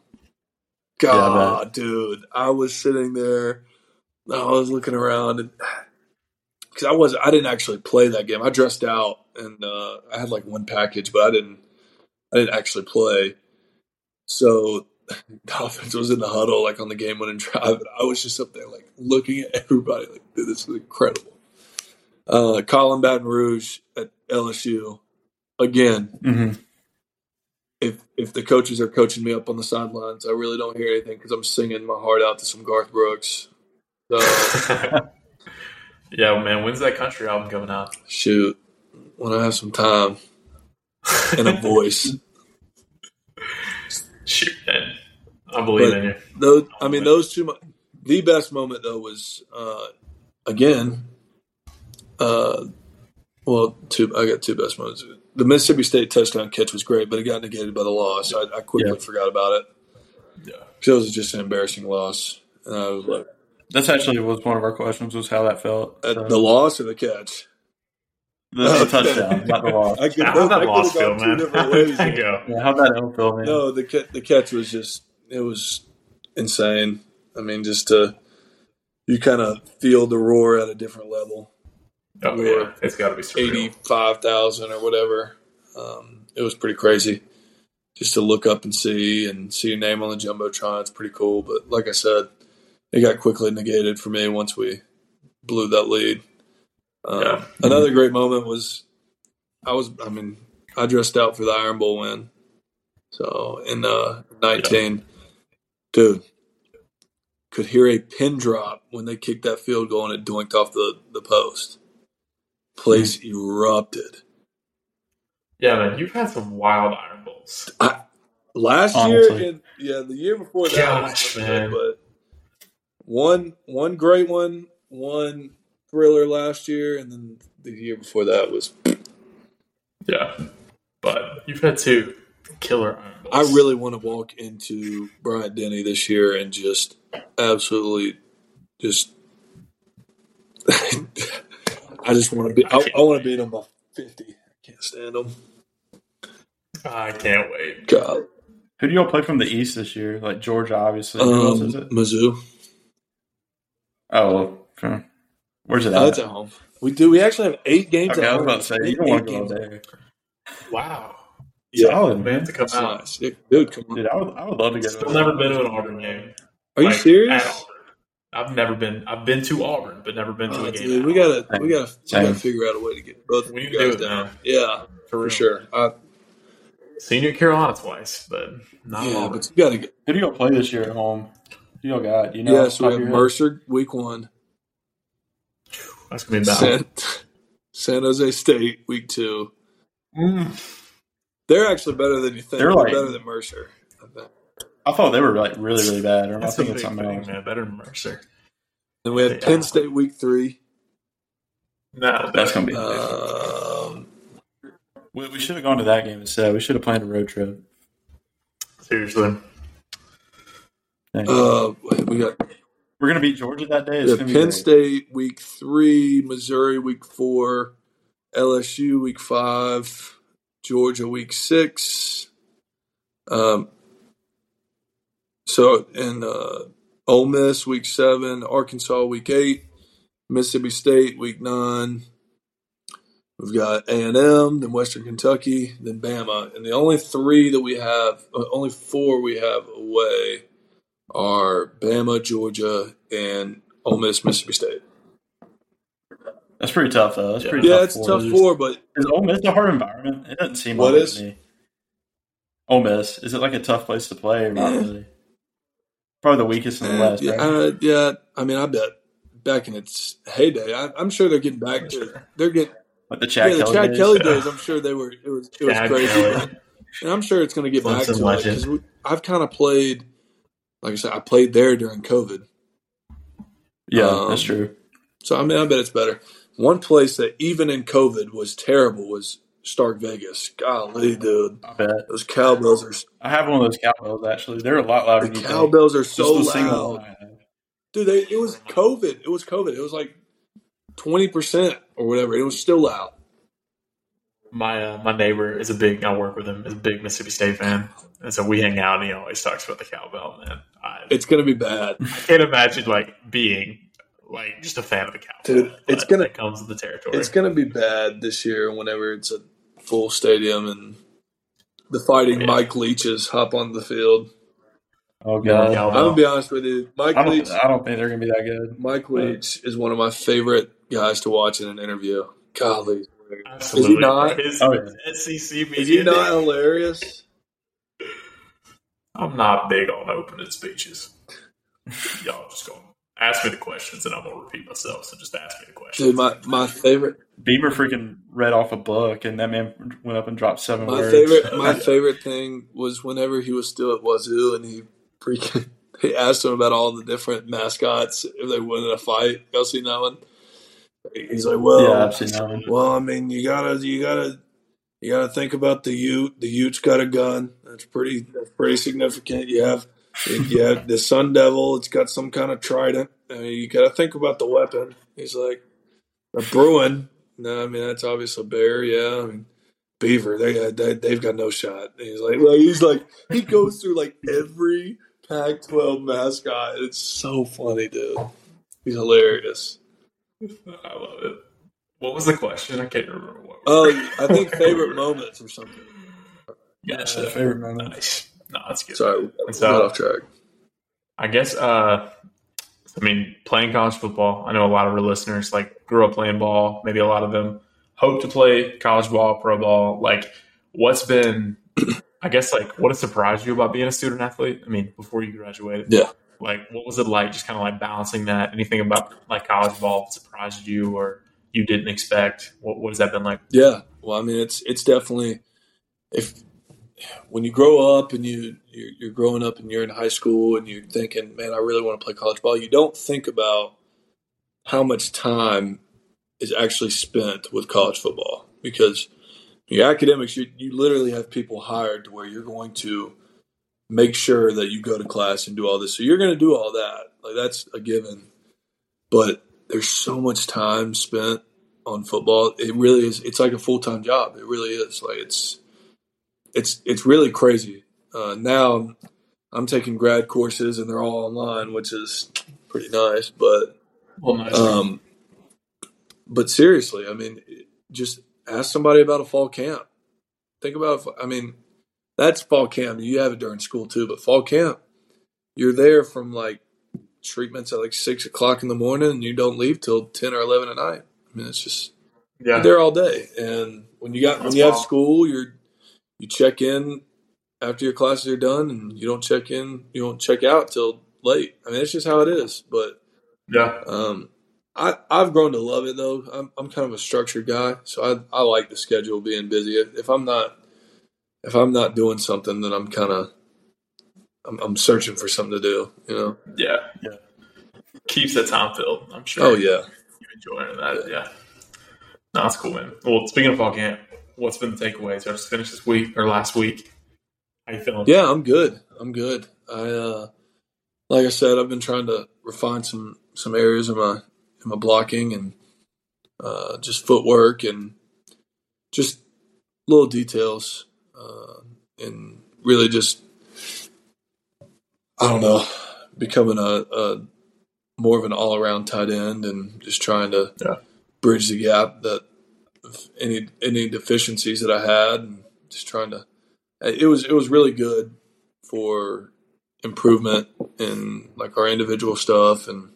[SPEAKER 2] God, dude, I was sitting there. I was looking around and because I was I didn't actually play that game. I dressed out and uh, I had like one package, but I didn't I didn't actually play. So Dolphins was in the huddle like on the game winning drive, and I was just up there like looking at everybody like, dude, this is incredible. Uh, Colin Baton Rouge at LSU again.
[SPEAKER 3] Mm-hmm.
[SPEAKER 2] if if the coaches are coaching me up on the sidelines, I really don't hear anything because I'm singing my heart out to some Garth Brooks. Uh, So,
[SPEAKER 1] yeah, man. When's that country album coming out?
[SPEAKER 2] shoot, when I have some time and a voice,
[SPEAKER 1] Shoot, man. I believe
[SPEAKER 2] But-
[SPEAKER 1] in you.
[SPEAKER 2] those I mean those two. mo- The best moment though was uh, again, uh, well, two. I got two best moments. The Mississippi State touchdown catch was great, but it got negated by the loss. I, I quickly forgot about it.
[SPEAKER 1] Yeah.
[SPEAKER 2] because it was just an embarrassing loss. And I was like,
[SPEAKER 3] That's actually was one of our questions was how that felt.
[SPEAKER 2] at
[SPEAKER 3] So,
[SPEAKER 2] uh, the loss or the catch?
[SPEAKER 3] the, the touchdown, not the loss.
[SPEAKER 2] I could,
[SPEAKER 1] Nah,
[SPEAKER 2] that,
[SPEAKER 1] How'd that
[SPEAKER 2] could
[SPEAKER 1] loss go,
[SPEAKER 2] have gone two
[SPEAKER 1] man?
[SPEAKER 2] different
[SPEAKER 1] How'd
[SPEAKER 2] ways.
[SPEAKER 1] that go?
[SPEAKER 3] Yeah, how'd that L feel, man?
[SPEAKER 2] No, the ca- the catch was just it was insane. I mean, just to you kind of feel the roar at a different level.
[SPEAKER 1] Oh, yeah. It's got to be surreal.
[SPEAKER 2] Eighty five thousand or whatever. Um, it was pretty crazy. Just to look up and see and see your name on the jumbotron, it's pretty cool. But like I said, it got quickly negated for me once we blew that lead. Um,
[SPEAKER 1] Yeah.
[SPEAKER 2] Another great moment was I was I mean I dressed out for the Iron Bowl win. So in uh, nineteen, dude, could hear a pin drop when they kicked that field goal and it doinked off the the post. Place erupted.
[SPEAKER 1] Yeah, man. You've had some wild Iron Bowls.
[SPEAKER 2] Last
[SPEAKER 3] Honestly.
[SPEAKER 2] year, and, yeah, the year before that,
[SPEAKER 1] Gosh,
[SPEAKER 2] was
[SPEAKER 1] man.
[SPEAKER 2] but one one great one, one thriller last year, and then the year before that was
[SPEAKER 1] Yeah. But you've had two killer Iron Bowls.
[SPEAKER 2] I really want to walk into Bryant Denny this year and just absolutely just. I just want to be. I, I want to beat him by fifty. I can't stand him.
[SPEAKER 1] I can't wait.
[SPEAKER 2] God,
[SPEAKER 3] Who do y'all play from the East this year? Like Georgia, obviously. Who else
[SPEAKER 2] um,
[SPEAKER 3] is it?
[SPEAKER 2] Mizzou.
[SPEAKER 3] Oh, well, from- where's it
[SPEAKER 2] Oh, it's
[SPEAKER 3] at?
[SPEAKER 2] at home. We do. We actually have eight games.
[SPEAKER 3] Okay,
[SPEAKER 2] at
[SPEAKER 3] I was
[SPEAKER 2] home.
[SPEAKER 3] about to say you don't
[SPEAKER 2] Eight
[SPEAKER 3] want to go
[SPEAKER 2] games.
[SPEAKER 3] there.
[SPEAKER 1] Wow.
[SPEAKER 2] Yeah,
[SPEAKER 3] Solid
[SPEAKER 1] Man,
[SPEAKER 3] man.
[SPEAKER 1] to come
[SPEAKER 2] it's
[SPEAKER 1] out.
[SPEAKER 2] nice. Yeah, dude, come on.
[SPEAKER 3] Dude, I would, I would love to go.
[SPEAKER 1] Still never been to an Auburn game.
[SPEAKER 2] Are you
[SPEAKER 1] Like, at
[SPEAKER 2] serious?
[SPEAKER 1] Auburn. I've never been. I've been to Auburn, but never been to
[SPEAKER 2] Oh,
[SPEAKER 1] a game.
[SPEAKER 2] dude,
[SPEAKER 1] at
[SPEAKER 2] we
[SPEAKER 1] Auburn.
[SPEAKER 2] gotta, we gotta, we gotta
[SPEAKER 3] Same.
[SPEAKER 2] figure out a way to get both of
[SPEAKER 1] We
[SPEAKER 2] you
[SPEAKER 1] need to do
[SPEAKER 2] guys
[SPEAKER 1] it,
[SPEAKER 2] down.
[SPEAKER 1] man.
[SPEAKER 2] Yeah, for
[SPEAKER 1] real.
[SPEAKER 2] sure. I,
[SPEAKER 1] Seen you at Carolina twice, but not
[SPEAKER 2] yeah,
[SPEAKER 1] Auburn.
[SPEAKER 2] but you gotta get.
[SPEAKER 3] Who do y'all play this year at home? Who y'all got? You know,
[SPEAKER 2] Yeah,
[SPEAKER 3] off
[SPEAKER 2] so we
[SPEAKER 3] the top of
[SPEAKER 2] have
[SPEAKER 3] your head?
[SPEAKER 2] Mercer week one,
[SPEAKER 1] That's gonna be bad.
[SPEAKER 2] San, San Jose State week two.
[SPEAKER 3] Mm,
[SPEAKER 2] They're actually better than you think. They're,
[SPEAKER 3] They're like-
[SPEAKER 2] better than Mercer. I think.
[SPEAKER 3] I thought they were like really, really bad. Or I
[SPEAKER 1] That's a
[SPEAKER 3] think
[SPEAKER 1] big
[SPEAKER 3] it's
[SPEAKER 1] thing,
[SPEAKER 3] something else.
[SPEAKER 1] man. Better than Mercer.
[SPEAKER 2] Then we have
[SPEAKER 1] Yeah.
[SPEAKER 2] Penn State week three.
[SPEAKER 1] No,
[SPEAKER 3] That's gonna be.
[SPEAKER 2] Uh, Um,
[SPEAKER 3] we we should have gone to that game instead. We should have planned a road trip.
[SPEAKER 1] seriously.
[SPEAKER 3] Dang.
[SPEAKER 2] uh, we got
[SPEAKER 3] we're gonna beat Georgia that day. It's
[SPEAKER 2] yeah,
[SPEAKER 3] gonna
[SPEAKER 2] Penn
[SPEAKER 3] be great.
[SPEAKER 2] State week three, Missouri week four, LSU week five, Georgia week six. Um, so and uh, Ole Miss week seven, Arkansas week eight, Mississippi State week nine. We've got A and M, then Western Kentucky, then Bama, and the only three that we have, uh, only four we have away are Bama, Georgia, and Ole Miss, Mississippi State.
[SPEAKER 3] That's pretty tough though. That's pretty
[SPEAKER 2] Yeah,
[SPEAKER 3] tough
[SPEAKER 2] it's a
[SPEAKER 3] for
[SPEAKER 2] tough
[SPEAKER 3] us.
[SPEAKER 2] four, but
[SPEAKER 3] Is Ole Miss a hard environment? It doesn't seem
[SPEAKER 2] What
[SPEAKER 3] like
[SPEAKER 2] is?
[SPEAKER 3] it to me. Ole Miss. Is it like a tough place to play? Not
[SPEAKER 2] Yeah.
[SPEAKER 3] really. Probably the weakest in the
[SPEAKER 2] uh,
[SPEAKER 3] West.
[SPEAKER 2] yeah,
[SPEAKER 3] right?
[SPEAKER 2] uh, yeah, I mean, I bet back in its heyday, I, I'm sure they're getting back to they're getting
[SPEAKER 3] Like the Chad
[SPEAKER 2] yeah the
[SPEAKER 3] Kelly.
[SPEAKER 2] Chad
[SPEAKER 3] days.
[SPEAKER 2] Kelly
[SPEAKER 1] yeah.
[SPEAKER 2] days. I'm sure they were it was it was
[SPEAKER 1] Chad
[SPEAKER 2] crazy,
[SPEAKER 1] Kelly.
[SPEAKER 2] and I'm sure it's going to get back
[SPEAKER 1] Clemson
[SPEAKER 2] to it
[SPEAKER 1] legend.
[SPEAKER 2] because I've kind of played, like I said, I played there during COVID.
[SPEAKER 3] Yeah,
[SPEAKER 2] Um,
[SPEAKER 3] that's true.
[SPEAKER 2] So I mean, I bet it's better. One place that even in COVID was terrible was Stark Vegas. Golly, dude,
[SPEAKER 3] I bet.
[SPEAKER 2] those cowbells are
[SPEAKER 3] I have one of those cowbells actually. They're a lot louder.
[SPEAKER 2] the
[SPEAKER 3] than you think.
[SPEAKER 2] cowbells are so
[SPEAKER 3] Just the single
[SPEAKER 2] loud,
[SPEAKER 3] line.
[SPEAKER 2] dude. They, it was COVID. It was COVID. It was like twenty percent or whatever. It was still loud.
[SPEAKER 1] my uh, my neighbor is a big. I work with him. Is a big Mississippi State fan, and so we hang out. and He always talks about the cowbell. Man, I,
[SPEAKER 2] It's gonna be bad.
[SPEAKER 1] I can't imagine like being like just a fan of the cowbell.
[SPEAKER 2] Dude, it's
[SPEAKER 1] but
[SPEAKER 2] gonna-
[SPEAKER 1] that comes with the territory.
[SPEAKER 2] It's gonna be bad this year. Whenever it's a full stadium and the fighting
[SPEAKER 1] Yeah.
[SPEAKER 2] Mike Leaches hop on the field.
[SPEAKER 3] Oh god,
[SPEAKER 1] Yeah,
[SPEAKER 2] I'm gonna be honest with you, Mike
[SPEAKER 3] I
[SPEAKER 2] Leach.
[SPEAKER 3] don't. I don't think they're gonna be that good.
[SPEAKER 2] Mike Leach is one of my favorite guys to watch in an interview. Golly,
[SPEAKER 1] Absolutely.
[SPEAKER 2] Is he not?
[SPEAKER 1] His
[SPEAKER 3] Oh, yeah.
[SPEAKER 1] SEC
[SPEAKER 2] is he
[SPEAKER 1] media.
[SPEAKER 2] not hilarious?
[SPEAKER 1] I'm not big on opening speeches. Y'all just go ask me the questions, and I'm gonna repeat myself. So just ask me the questions.
[SPEAKER 2] Dude, my, my favorite,
[SPEAKER 3] Beamer freaking read off a book, and that man went up and dropped seven
[SPEAKER 2] my
[SPEAKER 3] words.
[SPEAKER 2] favorite, my favorite thing was whenever he was still at Wazoo and he freaking he asked him about all the different mascots if they win in a fight. Y'all seen that one? He's like, well,
[SPEAKER 3] yeah, I've seen that one.
[SPEAKER 2] Well, I mean, you gotta, you gotta, you gotta think about the Ute. The Ute's got a gun. That's pretty, that's pretty significant. You have, you have the Sun Devil. It's got some kind of trident. I mean, you gotta think about the weapon. He's like, a Bruin. No, I mean that's obvious a bear. Yeah, I mean, Beaver. They, got- they they've got no shot. And he's like, like, he's like, he goes through like every Pac-12 mascot. It's so funny, dude. He's hilarious.
[SPEAKER 1] I love it. What was the question? I can't remember what.
[SPEAKER 2] Oh, I think favorite moments or something.
[SPEAKER 1] Gotcha.
[SPEAKER 3] Yeah, favorite moment.
[SPEAKER 1] Nice. No, that's good.
[SPEAKER 2] Sorry, we
[SPEAKER 1] So-
[SPEAKER 2] got off track.
[SPEAKER 1] I guess. uh I mean, playing college football. I know a lot of our listeners like grew up playing ball. Maybe a lot of them hope to play college ball, pro ball. Like, what's been? I guess like what has surprised you about being a student athlete? I mean, before you graduated.
[SPEAKER 2] Yeah.
[SPEAKER 1] Like, what was it like? Just kind of like balancing that. Anything about like college ball that surprised you or you didn't expect? What What has that been like?
[SPEAKER 2] Yeah. Well, I mean, it's it's definitely if when you grow up and you you're, you're growing up and you're in high school and you're thinking, man, I really want to play college ball. You don't think about how much time is actually spent with college football because your academics, you, you literally have people hired to where you're going to make sure that you go to class and do all this. So you're going to do all that. Like that's a given. But there's so much time spent on football. It really is. It's like a full time job. It really is. Like it's, it's, it's really crazy. Uh, now I'm taking grad courses and they're all online, which is pretty nice. But,
[SPEAKER 1] Well, nice.
[SPEAKER 2] um, but seriously, I mean, just ask somebody about a fall camp. Think about, if, I mean, that's fall camp. You have it during school too, but fall camp, you're there from like treatments at like six o'clock in the morning and you don't leave till 10 or 11 at night. I mean, it's just,
[SPEAKER 1] yeah.
[SPEAKER 2] you're there all day. And when you got when
[SPEAKER 1] That's
[SPEAKER 2] you have
[SPEAKER 1] wild.
[SPEAKER 2] school, you're you check in after your classes are done, and you don't check in, you don't check out till late. I mean, it's just how it is. But
[SPEAKER 1] Yeah.
[SPEAKER 2] um, I I've grown to love it though. I'm I'm kind of a structured guy, so I I like the schedule being busy. If, if I'm not if I'm not doing something, then I'm kind of I'm, I'm searching for something to do. You know?
[SPEAKER 1] Yeah.
[SPEAKER 3] Yeah.
[SPEAKER 1] Keeps that time filled, I'm sure.
[SPEAKER 2] Oh yeah.
[SPEAKER 1] You enjoying that, yeah. No, that's cool, man. Well, speaking of fall camp, what's been the takeaways? I just finished this week or last week. How you feeling?
[SPEAKER 2] Yeah, I'm good. I'm good. I uh like I said, I've been trying to refine some some areas in my in my blocking and uh just footwork and just little details uh and really just I don't know, becoming a, a more of an all-around tight end and just trying to
[SPEAKER 1] Yeah.
[SPEAKER 2] bridge the gap that any any deficiencies that I had and just trying to it was it was really good for improvement in like our individual stuff and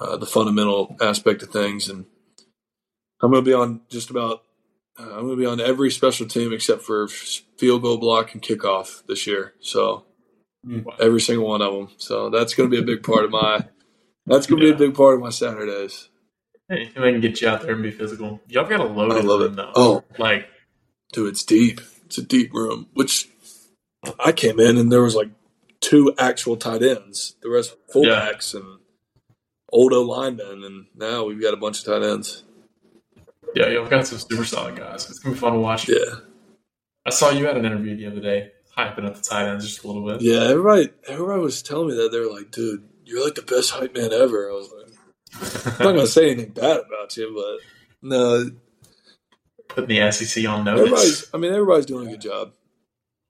[SPEAKER 2] uh, the fundamental aspect of things and i'm going to be on just about uh, i'm going to be on every special team except for f- field goal block and kickoff this year so
[SPEAKER 3] Mm.
[SPEAKER 2] every single one of them so that's going to be a big part of my that's going to
[SPEAKER 1] Yeah.
[SPEAKER 2] be a big part of my saturdays
[SPEAKER 1] Hey, I can get you out there and be physical. Y'all got a
[SPEAKER 2] i
[SPEAKER 1] loaded
[SPEAKER 2] love
[SPEAKER 1] room,
[SPEAKER 2] it
[SPEAKER 1] though.
[SPEAKER 2] oh
[SPEAKER 1] Like,
[SPEAKER 2] Dude, it's deep. It's a deep room. Which I came in and there was like two actual tight ends. The rest were
[SPEAKER 1] Yeah.
[SPEAKER 2] fullbacks and old O linemen, and now we've got a bunch of tight ends.
[SPEAKER 1] yeah, y'all got some super solid guys. It's gonna be fun to watch.
[SPEAKER 2] Yeah,
[SPEAKER 1] I saw you at an interview the other day, hyping up the tight ends just a little bit.
[SPEAKER 2] yeah. Everybody, everybody was telling me that they were like, "Dude, you're like the best hype man ever." I was like, "I'm not gonna say anything bad about you, but no,
[SPEAKER 1] putting the SEC on notice.
[SPEAKER 2] Everybody's, I mean, everybody's doing a good job.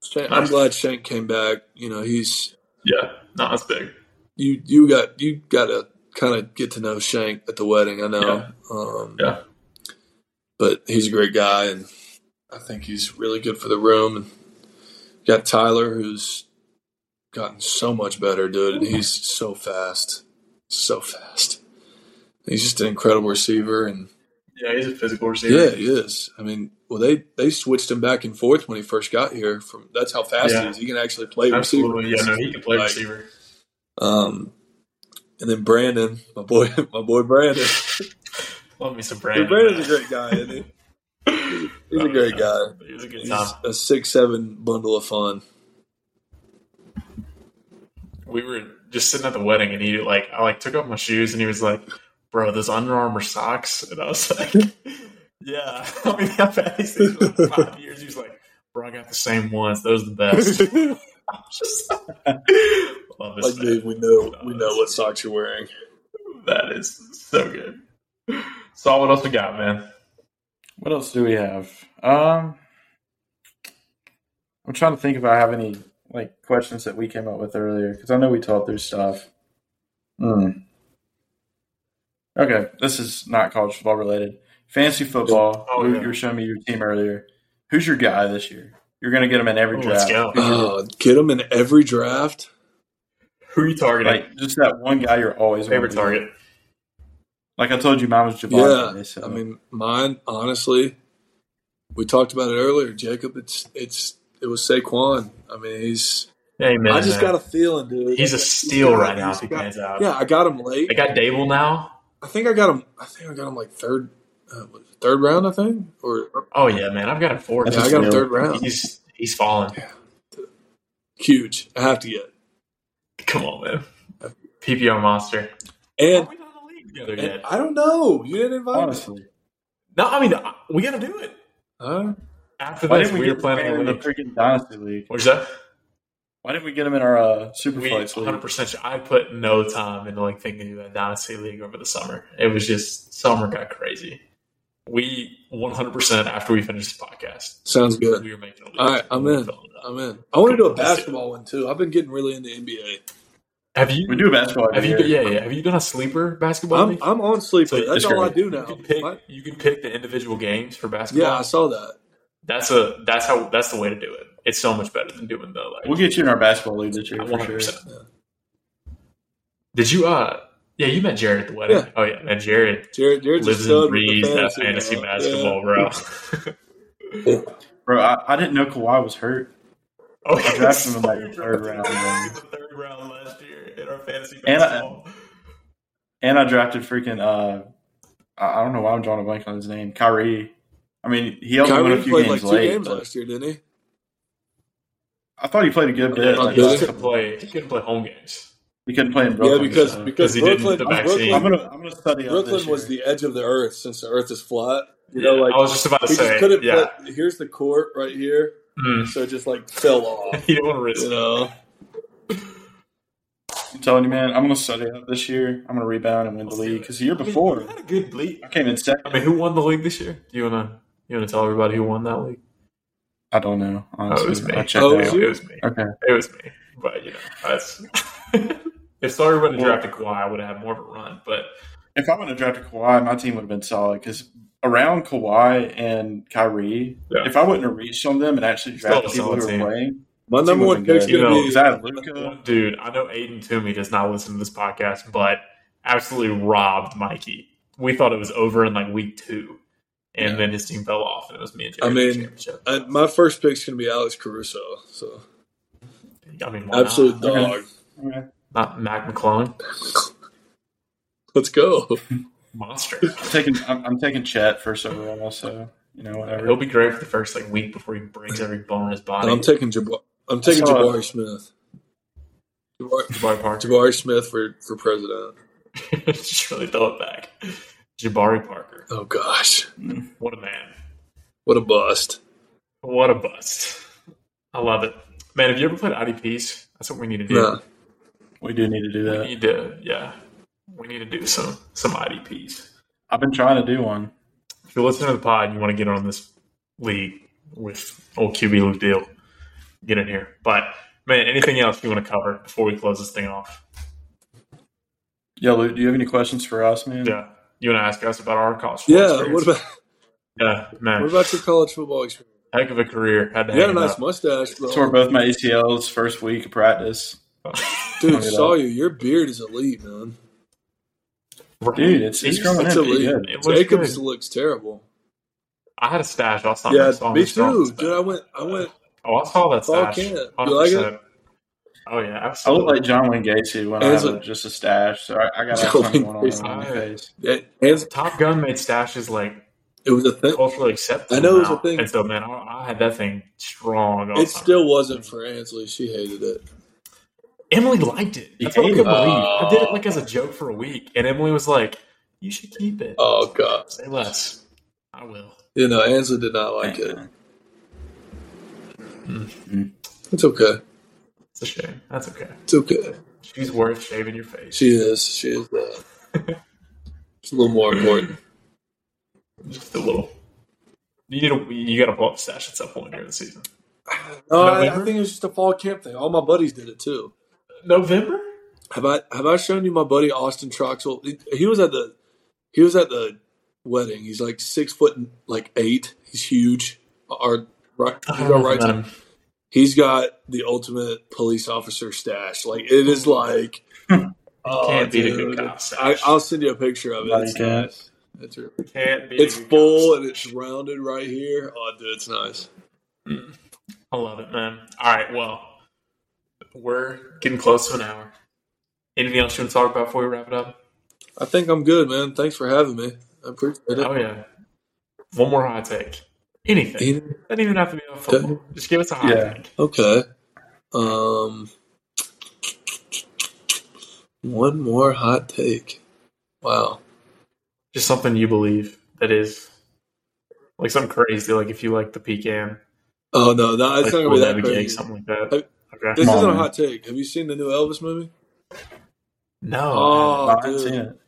[SPEAKER 2] Shank, I'm glad Shank came back. You know, he's
[SPEAKER 1] yeah, no, that's big.
[SPEAKER 2] you. You got you got to kind of get to know Shank at the wedding. I know,
[SPEAKER 1] Yeah.
[SPEAKER 2] Um,
[SPEAKER 1] Yeah.
[SPEAKER 2] but he's a great guy, and I think he's really good for the room. And got Tyler, who's gotten so much better, dude, and he's so fast, so fast. He's just an incredible receiver, and
[SPEAKER 1] Yeah, he's a physical
[SPEAKER 2] yeah,
[SPEAKER 1] receiver.
[SPEAKER 2] he is. I mean, well, they they switched him back and forth when he first got here. From that's how fast he
[SPEAKER 1] Yeah.
[SPEAKER 2] is. He can actually play
[SPEAKER 1] absolutely. Yeah,
[SPEAKER 2] receiver.
[SPEAKER 1] no, he can play
[SPEAKER 2] Like,
[SPEAKER 1] receiver.
[SPEAKER 2] Um, and then Brandon, my boy, my boy Brandon.
[SPEAKER 1] Love me some
[SPEAKER 2] Dude,
[SPEAKER 1] Brandon.
[SPEAKER 2] Brandon's a great guy, isn't he? He's a great guy.
[SPEAKER 1] He's a good
[SPEAKER 2] He's
[SPEAKER 1] time.
[SPEAKER 2] a six seven bundle of fun.
[SPEAKER 1] we were just sitting at the wedding and he like I like took off my shoes and he was like, Bro, those Under Armour socks and I was like Yeah. I mean I've had these things for like five years. He was like, Bro, I got the same ones, those are the best.
[SPEAKER 2] like,
[SPEAKER 1] I was just love this man.
[SPEAKER 2] dude, we know we know what socks you're wearing.
[SPEAKER 1] That is so good. Saw what else we got, man.
[SPEAKER 3] What else do we have? Um, I'm trying to think if I have any like questions that we came up with earlier because I know we talked through stuff. Hmm. Okay, this is not college football related. Fantasy football.
[SPEAKER 1] Oh,
[SPEAKER 3] you,
[SPEAKER 1] yeah.
[SPEAKER 3] you were showing me your team earlier. Who's your guy this year? You're gonna get him in every
[SPEAKER 1] Oh, let's
[SPEAKER 3] draft.
[SPEAKER 1] go.
[SPEAKER 2] Oh, get him in every draft.
[SPEAKER 1] Who are you targeting?
[SPEAKER 3] Like just that one guy you're always gonna
[SPEAKER 1] Favorite
[SPEAKER 3] be.
[SPEAKER 1] target.
[SPEAKER 3] Like I told you, mine was Javon.
[SPEAKER 2] Yeah,
[SPEAKER 3] so-
[SPEAKER 2] I mean, mine honestly. We talked about it earlier, Jacob. It's it's it was Saquon. I mean, he's.
[SPEAKER 1] Amen.
[SPEAKER 2] I
[SPEAKER 1] man.
[SPEAKER 2] just
[SPEAKER 1] uh,
[SPEAKER 2] got a feeling, dude.
[SPEAKER 1] He's a
[SPEAKER 2] He's
[SPEAKER 1] steal
[SPEAKER 2] got-
[SPEAKER 1] right now
[SPEAKER 2] he's
[SPEAKER 1] if he
[SPEAKER 2] got-
[SPEAKER 1] pans out.
[SPEAKER 2] Yeah, I got him late.
[SPEAKER 1] They got Dable now.
[SPEAKER 2] I think I got him. I think I got him like third, uh, what, third round. I think or
[SPEAKER 1] Oh yeah, man. I've got him four.
[SPEAKER 3] That's
[SPEAKER 2] yeah,
[SPEAKER 3] a
[SPEAKER 2] I got him
[SPEAKER 3] steal.
[SPEAKER 2] third round.
[SPEAKER 1] He's he's fallen.
[SPEAKER 2] Huge. I have to get.
[SPEAKER 1] Come on, man. PPR monster.
[SPEAKER 2] And,
[SPEAKER 1] we not in the league together
[SPEAKER 2] and I don't know. You didn't invite me.
[SPEAKER 3] honestly,
[SPEAKER 1] No, I mean I- we gotta do it
[SPEAKER 2] Huh?
[SPEAKER 1] after
[SPEAKER 3] why
[SPEAKER 1] this.
[SPEAKER 3] didn't we
[SPEAKER 1] We are
[SPEAKER 3] get
[SPEAKER 1] planning
[SPEAKER 3] him
[SPEAKER 1] on
[SPEAKER 3] in the
[SPEAKER 1] league.
[SPEAKER 3] freaking dynasty league?
[SPEAKER 1] What's that?
[SPEAKER 3] Why didn't we get him in our uh,
[SPEAKER 1] We
[SPEAKER 3] Superflex league?
[SPEAKER 1] 100. percent I put no time into like thinking about dynasty league over the summer. It was just summer got crazy. We 100 percent after we finished the podcast,
[SPEAKER 2] Sounds good.
[SPEAKER 1] we were making. A league.
[SPEAKER 2] All right, I'm in. I'm in. I want to do a basketball one too. I've been getting really into NBA.
[SPEAKER 1] Have you?
[SPEAKER 3] We do basketball.
[SPEAKER 1] Have you?
[SPEAKER 3] every year.
[SPEAKER 1] Yeah, yeah. Have you done a sleeper basketball?
[SPEAKER 2] I'm
[SPEAKER 1] league?
[SPEAKER 2] I'm on sleeper.
[SPEAKER 1] So,
[SPEAKER 2] That's
[SPEAKER 3] it's
[SPEAKER 2] all I
[SPEAKER 3] great.
[SPEAKER 2] do
[SPEAKER 1] you
[SPEAKER 2] now.
[SPEAKER 1] can pick.
[SPEAKER 2] My-
[SPEAKER 1] You can pick the individual games for basketball.
[SPEAKER 2] yeah, I saw that.
[SPEAKER 1] That's a that's how that's the way to do it. It's so much better than doing the like
[SPEAKER 3] We'll get you in our basketball league this year
[SPEAKER 1] one hundred
[SPEAKER 3] for sure.
[SPEAKER 1] percent. Did you uh yeah, you met Jared at the wedding.
[SPEAKER 2] Yeah.
[SPEAKER 1] Oh yeah, man, Jared
[SPEAKER 2] Jared, Jared's
[SPEAKER 1] lives
[SPEAKER 2] a stud
[SPEAKER 1] and
[SPEAKER 2] with
[SPEAKER 1] breathes
[SPEAKER 2] the
[SPEAKER 1] that fantasy
[SPEAKER 2] fantasy, now.
[SPEAKER 1] basketball, bro.
[SPEAKER 3] Bro, I, I didn't know Kawhi was hurt.
[SPEAKER 1] oh,
[SPEAKER 3] I drafted him in like the third round. man.
[SPEAKER 1] third round last year in our fantasy
[SPEAKER 3] And I-
[SPEAKER 1] basketball.
[SPEAKER 3] And I drafted freaking uh I I don't know why I'm drawing a blank on his name. Kyrie. I mean, he
[SPEAKER 2] Yeah.
[SPEAKER 3] only won
[SPEAKER 2] Kyrie
[SPEAKER 3] a few
[SPEAKER 2] played
[SPEAKER 3] games
[SPEAKER 2] like two
[SPEAKER 3] late.
[SPEAKER 2] games
[SPEAKER 3] but
[SPEAKER 2] last year, didn't he?
[SPEAKER 3] I thought he played a good bit.
[SPEAKER 2] Yeah,
[SPEAKER 3] Like,
[SPEAKER 2] did
[SPEAKER 1] he
[SPEAKER 2] he?
[SPEAKER 1] couldn't play he couldn't play home games.
[SPEAKER 3] he couldn't play in
[SPEAKER 2] Oh, Yeah,
[SPEAKER 3] Brooklyn.
[SPEAKER 2] because
[SPEAKER 3] so.
[SPEAKER 2] because
[SPEAKER 1] he didn't
[SPEAKER 2] Brooklyn,
[SPEAKER 1] get the vaccine.
[SPEAKER 3] I'm
[SPEAKER 2] Brooklyn,
[SPEAKER 3] gonna I'm gonna study up this
[SPEAKER 2] Brooklyn was
[SPEAKER 3] year.
[SPEAKER 2] the edge of the earth since the earth is flat. You know, like
[SPEAKER 3] Oh,
[SPEAKER 1] I was just about to
[SPEAKER 2] he
[SPEAKER 1] say
[SPEAKER 2] just couldn't
[SPEAKER 1] yeah.
[SPEAKER 2] play. Here's the court right here,
[SPEAKER 1] Mm.
[SPEAKER 2] so it just like fell off.
[SPEAKER 1] He didn't want to risk
[SPEAKER 2] You
[SPEAKER 1] it.
[SPEAKER 2] know,
[SPEAKER 3] I'm telling you, man. I'm gonna study up this year. I'm gonna rebound and win the league because the year
[SPEAKER 1] I mean,
[SPEAKER 3] before
[SPEAKER 1] you had a good league.
[SPEAKER 3] I came in second.
[SPEAKER 1] I mean, who won the league this year? Do you wanna you wanna tell everybody who won that league?
[SPEAKER 3] I don't know. Honestly,
[SPEAKER 1] Oh, it was me.
[SPEAKER 3] I checked
[SPEAKER 2] Oh, it
[SPEAKER 3] out.
[SPEAKER 2] was
[SPEAKER 1] it was me.
[SPEAKER 3] Okay.
[SPEAKER 1] It was me. But you know, that's if Sawyer would have drafted Kawhi, I would have had more of a run. But
[SPEAKER 3] If I would have drafted Kawhi, my team would have been solid because around Kawhi and Kyrie,
[SPEAKER 1] Yeah.
[SPEAKER 3] if I wouldn't have reached on them and actually
[SPEAKER 1] Still a
[SPEAKER 3] drafted people
[SPEAKER 1] solid
[SPEAKER 3] who were
[SPEAKER 1] team.
[SPEAKER 3] playing,
[SPEAKER 2] my
[SPEAKER 3] Team
[SPEAKER 2] number one
[SPEAKER 3] wasn't
[SPEAKER 2] pick's
[SPEAKER 3] good.
[SPEAKER 1] You
[SPEAKER 2] gonna be
[SPEAKER 3] because I had Luca.
[SPEAKER 1] dude, I know Aiden Toomey does not listen to this podcast, but absolutely robbed Mikey. We thought it was over in like week two, and
[SPEAKER 2] Yeah.
[SPEAKER 1] then his team fell off, and it was me and Jared
[SPEAKER 2] I
[SPEAKER 1] in the
[SPEAKER 2] mean,
[SPEAKER 1] championship.
[SPEAKER 2] I, my first pick's gonna be Alex Caruso. So
[SPEAKER 1] I mean, why
[SPEAKER 2] absolute
[SPEAKER 1] not?
[SPEAKER 2] dog.
[SPEAKER 3] Okay.
[SPEAKER 1] Not Mac McClellan,
[SPEAKER 2] Let's go.
[SPEAKER 1] monster.
[SPEAKER 3] I'm taking I'm, I'm taking Chet first overall, so you know whatever.
[SPEAKER 1] He'll be great for the first like week before he breaks every bone in his
[SPEAKER 2] And
[SPEAKER 1] body.
[SPEAKER 2] I'm taking Jabari. I'm taking
[SPEAKER 3] saw-
[SPEAKER 2] Jabari Smith. Jabari,
[SPEAKER 1] Jabari Parker.
[SPEAKER 2] Jabari Smith for for president.
[SPEAKER 1] Just really throw it back. Jabari Parker.
[SPEAKER 2] Oh gosh,
[SPEAKER 1] What a man.
[SPEAKER 2] what a bust.
[SPEAKER 1] What a bust. I love it. Man, have you ever played IDPs? That's what we need to do.
[SPEAKER 2] Nah.
[SPEAKER 3] We do need to do
[SPEAKER 1] We
[SPEAKER 3] that.
[SPEAKER 1] need to yeah. We need to do some some IDPs.
[SPEAKER 3] I've been trying to do one.
[SPEAKER 1] if you're listening to the pod and you want to get on this league with old QB Luke Deal, get in here. But man, anything else you want to cover before we close this thing off?
[SPEAKER 3] Yeah, Luke, do you have any questions for us, man?
[SPEAKER 1] Yeah, you want to ask us about our college? football
[SPEAKER 2] Mm-hmm. Yeah.
[SPEAKER 1] experience?
[SPEAKER 2] What about
[SPEAKER 1] yeah, man,
[SPEAKER 2] what about your college football experience?
[SPEAKER 1] heck of a career. Had to
[SPEAKER 2] You got a
[SPEAKER 1] hang it
[SPEAKER 2] nice
[SPEAKER 1] up.
[SPEAKER 2] mustache, bro.
[SPEAKER 3] Tore both my ACLs first week of practice.
[SPEAKER 2] Dude,
[SPEAKER 3] Hung it up.
[SPEAKER 2] saw you. Your beard is elite, man.
[SPEAKER 1] Right.
[SPEAKER 3] Dude, it's, it's
[SPEAKER 1] Jeez.
[SPEAKER 3] growing
[SPEAKER 2] It's
[SPEAKER 3] in pretty
[SPEAKER 2] elite.
[SPEAKER 3] good.
[SPEAKER 1] It looks
[SPEAKER 2] Jacobs
[SPEAKER 1] good.
[SPEAKER 2] looks terrible.
[SPEAKER 1] I had a stash. I saw I
[SPEAKER 2] Yeah,
[SPEAKER 1] saw
[SPEAKER 2] me
[SPEAKER 1] this dog
[SPEAKER 2] too,
[SPEAKER 1] stash.
[SPEAKER 2] dude. I went. I went.
[SPEAKER 1] Oh, I saw that
[SPEAKER 2] Ball
[SPEAKER 1] stash.
[SPEAKER 2] can't. You
[SPEAKER 1] 100%.
[SPEAKER 2] like it?
[SPEAKER 1] Oh yeah,
[SPEAKER 3] I look
[SPEAKER 1] absolutely.
[SPEAKER 3] like John Wayne Gacy when I
[SPEAKER 2] It's
[SPEAKER 3] have
[SPEAKER 2] a-
[SPEAKER 3] a, just a stash, so I, I got
[SPEAKER 2] John
[SPEAKER 3] something
[SPEAKER 2] Wayne
[SPEAKER 3] going
[SPEAKER 2] Gacy.
[SPEAKER 3] on on my face.
[SPEAKER 2] Yeah, and
[SPEAKER 1] Top Gun made stashes like
[SPEAKER 2] it was a thing.
[SPEAKER 1] culturally acceptable.
[SPEAKER 2] I know it's
[SPEAKER 1] now.
[SPEAKER 2] a thing.
[SPEAKER 1] And so, man, I, I had that thing strong. all
[SPEAKER 2] It
[SPEAKER 1] the time.
[SPEAKER 2] still wasn't for Ansley. She hated it.
[SPEAKER 1] Emily liked it. That's what I
[SPEAKER 3] hated
[SPEAKER 1] couldn't
[SPEAKER 2] it.
[SPEAKER 1] believe. I did it
[SPEAKER 2] Oh.
[SPEAKER 1] like as a joke for a week, and Emily was like, "You should keep it.
[SPEAKER 2] Oh god.
[SPEAKER 1] Say less. I will."
[SPEAKER 2] You know, Ansley did not like it.
[SPEAKER 3] Man,
[SPEAKER 2] It's okay.
[SPEAKER 1] It's a shame. That's okay.
[SPEAKER 2] It's okay.
[SPEAKER 1] She's worth shaving your face.
[SPEAKER 2] She is. She is that. It's a little more important.
[SPEAKER 1] Just a little. You need a. You got to pull up the stash at some point during the season.
[SPEAKER 2] No, Uh, I, I
[SPEAKER 1] November?
[SPEAKER 2] think it was just a fall camp thing. All my buddies did it too.
[SPEAKER 1] November.
[SPEAKER 2] Have I have I shown you my buddy Austin Troxel? He, he was at the he was at the wedding. He's like six foot and like eight. He's huge. Our right,
[SPEAKER 1] I
[SPEAKER 2] he's
[SPEAKER 1] don't know
[SPEAKER 2] our
[SPEAKER 1] if I
[SPEAKER 2] right.
[SPEAKER 1] met
[SPEAKER 2] tackle.
[SPEAKER 1] him.
[SPEAKER 2] He's got the ultimate police officer stash. Like it is like
[SPEAKER 3] Hmm.
[SPEAKER 2] oh,
[SPEAKER 1] can't beat a good
[SPEAKER 2] dude.
[SPEAKER 1] cop stash.
[SPEAKER 2] I, I'll send you a picture of it.
[SPEAKER 3] Like
[SPEAKER 2] It's
[SPEAKER 3] that.
[SPEAKER 2] nice. It's, really-
[SPEAKER 1] Can't be.
[SPEAKER 2] it's full and it's rounded right here. Oh, dude, it's nice.
[SPEAKER 1] I love it, man. All right, well, we're getting close to an hour. Anything else you want to talk about before we wrap it up?
[SPEAKER 2] I think I'm good, man. Thanks for having me. I appreciate it.
[SPEAKER 1] Oh yeah. One more hot take. Anything.
[SPEAKER 2] Any-
[SPEAKER 1] Doesn't even have to be on football. Just give us a hot
[SPEAKER 3] Yeah.
[SPEAKER 1] take.
[SPEAKER 2] Okay. Um, one more hot take. Wow.
[SPEAKER 1] Just something you believe that is like something crazy. Like if you like the pecan,
[SPEAKER 2] Oh no, no,
[SPEAKER 1] like
[SPEAKER 2] it's not gonna
[SPEAKER 1] we'll
[SPEAKER 2] be that
[SPEAKER 1] navigate,
[SPEAKER 2] crazy.
[SPEAKER 1] something like
[SPEAKER 2] Hey.
[SPEAKER 1] that. Okay.
[SPEAKER 2] This
[SPEAKER 3] Come on,
[SPEAKER 2] isn't a
[SPEAKER 3] man.
[SPEAKER 2] hot take. Have you seen the new Elvis movie?
[SPEAKER 1] No.
[SPEAKER 2] Oh,
[SPEAKER 3] I haven't
[SPEAKER 2] dude.
[SPEAKER 3] seen it.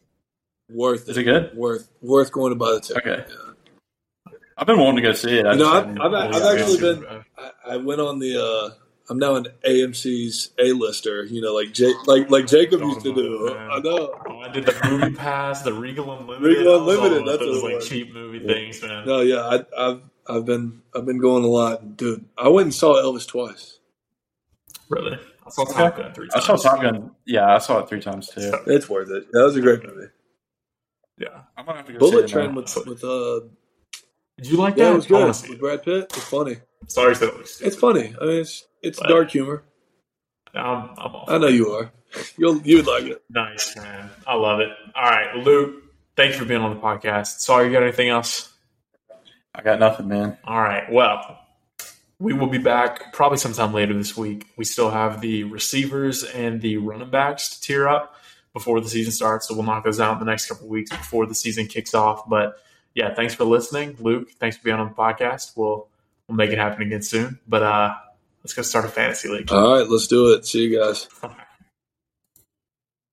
[SPEAKER 2] Worth
[SPEAKER 3] Is
[SPEAKER 2] it.
[SPEAKER 3] it good?
[SPEAKER 2] Worth worth going to buy the ticket.
[SPEAKER 3] Okay.
[SPEAKER 2] Yeah.
[SPEAKER 3] I've been wanting to go see it. I
[SPEAKER 2] You know,
[SPEAKER 3] just
[SPEAKER 2] I've-
[SPEAKER 3] haven't-
[SPEAKER 2] I've-
[SPEAKER 1] man.
[SPEAKER 2] I've actually
[SPEAKER 1] Yeah.
[SPEAKER 2] I, I went on the. uh I'm now an AMC's A-lister. You know, like J- like like Jacob used to do. I know.
[SPEAKER 1] Oh, I did the movie pass, the Regal Unlimited.
[SPEAKER 2] Regal
[SPEAKER 1] I was all
[SPEAKER 2] Unlimited,
[SPEAKER 1] about
[SPEAKER 2] that's
[SPEAKER 1] those
[SPEAKER 2] what it
[SPEAKER 1] like
[SPEAKER 2] was.
[SPEAKER 1] cheap movie
[SPEAKER 3] Yeah.
[SPEAKER 1] things, man.
[SPEAKER 2] No, yeah, I, I've I've been I've been going a lot, dude. I went and saw Elvis twice.
[SPEAKER 1] Really. I saw Top Gun three
[SPEAKER 3] I
[SPEAKER 1] times.
[SPEAKER 3] saw Top Gun. Yeah, I saw it three times too.
[SPEAKER 1] So,
[SPEAKER 2] It's worth it. That was a great movie.
[SPEAKER 1] yeah.
[SPEAKER 3] I'm gonna have to go
[SPEAKER 2] Bullet
[SPEAKER 3] see it.
[SPEAKER 2] Train
[SPEAKER 3] now.
[SPEAKER 2] with with uh
[SPEAKER 1] Did you like
[SPEAKER 2] yeah,
[SPEAKER 1] that?
[SPEAKER 2] it was
[SPEAKER 1] I
[SPEAKER 2] good
[SPEAKER 1] wanna see
[SPEAKER 2] with
[SPEAKER 1] it.
[SPEAKER 2] Brad Pitt. It's funny.
[SPEAKER 1] Sorry, so
[SPEAKER 2] It's funny. I mean, it's it's
[SPEAKER 1] But-
[SPEAKER 2] dark humor.
[SPEAKER 1] I'm, I'm all
[SPEAKER 2] I know you are. You'll you'd like it.
[SPEAKER 1] Nice, man. I love it. All right, Luke, thanks for being on the podcast. Sorry, you got anything else?
[SPEAKER 3] I got nothing, man.
[SPEAKER 1] All right, well, we will be back probably sometime later this week. We still have the receivers and the running backs to tier up before the season starts, so we'll knock those out in the next couple weeks before the season kicks off. But yeah, thanks for listening, Luke. Thanks for being on the podcast. We'll we'll make it happen again soon. But uh, let's go start a fantasy league.
[SPEAKER 2] All right, let's do it. See you guys.
[SPEAKER 1] All right.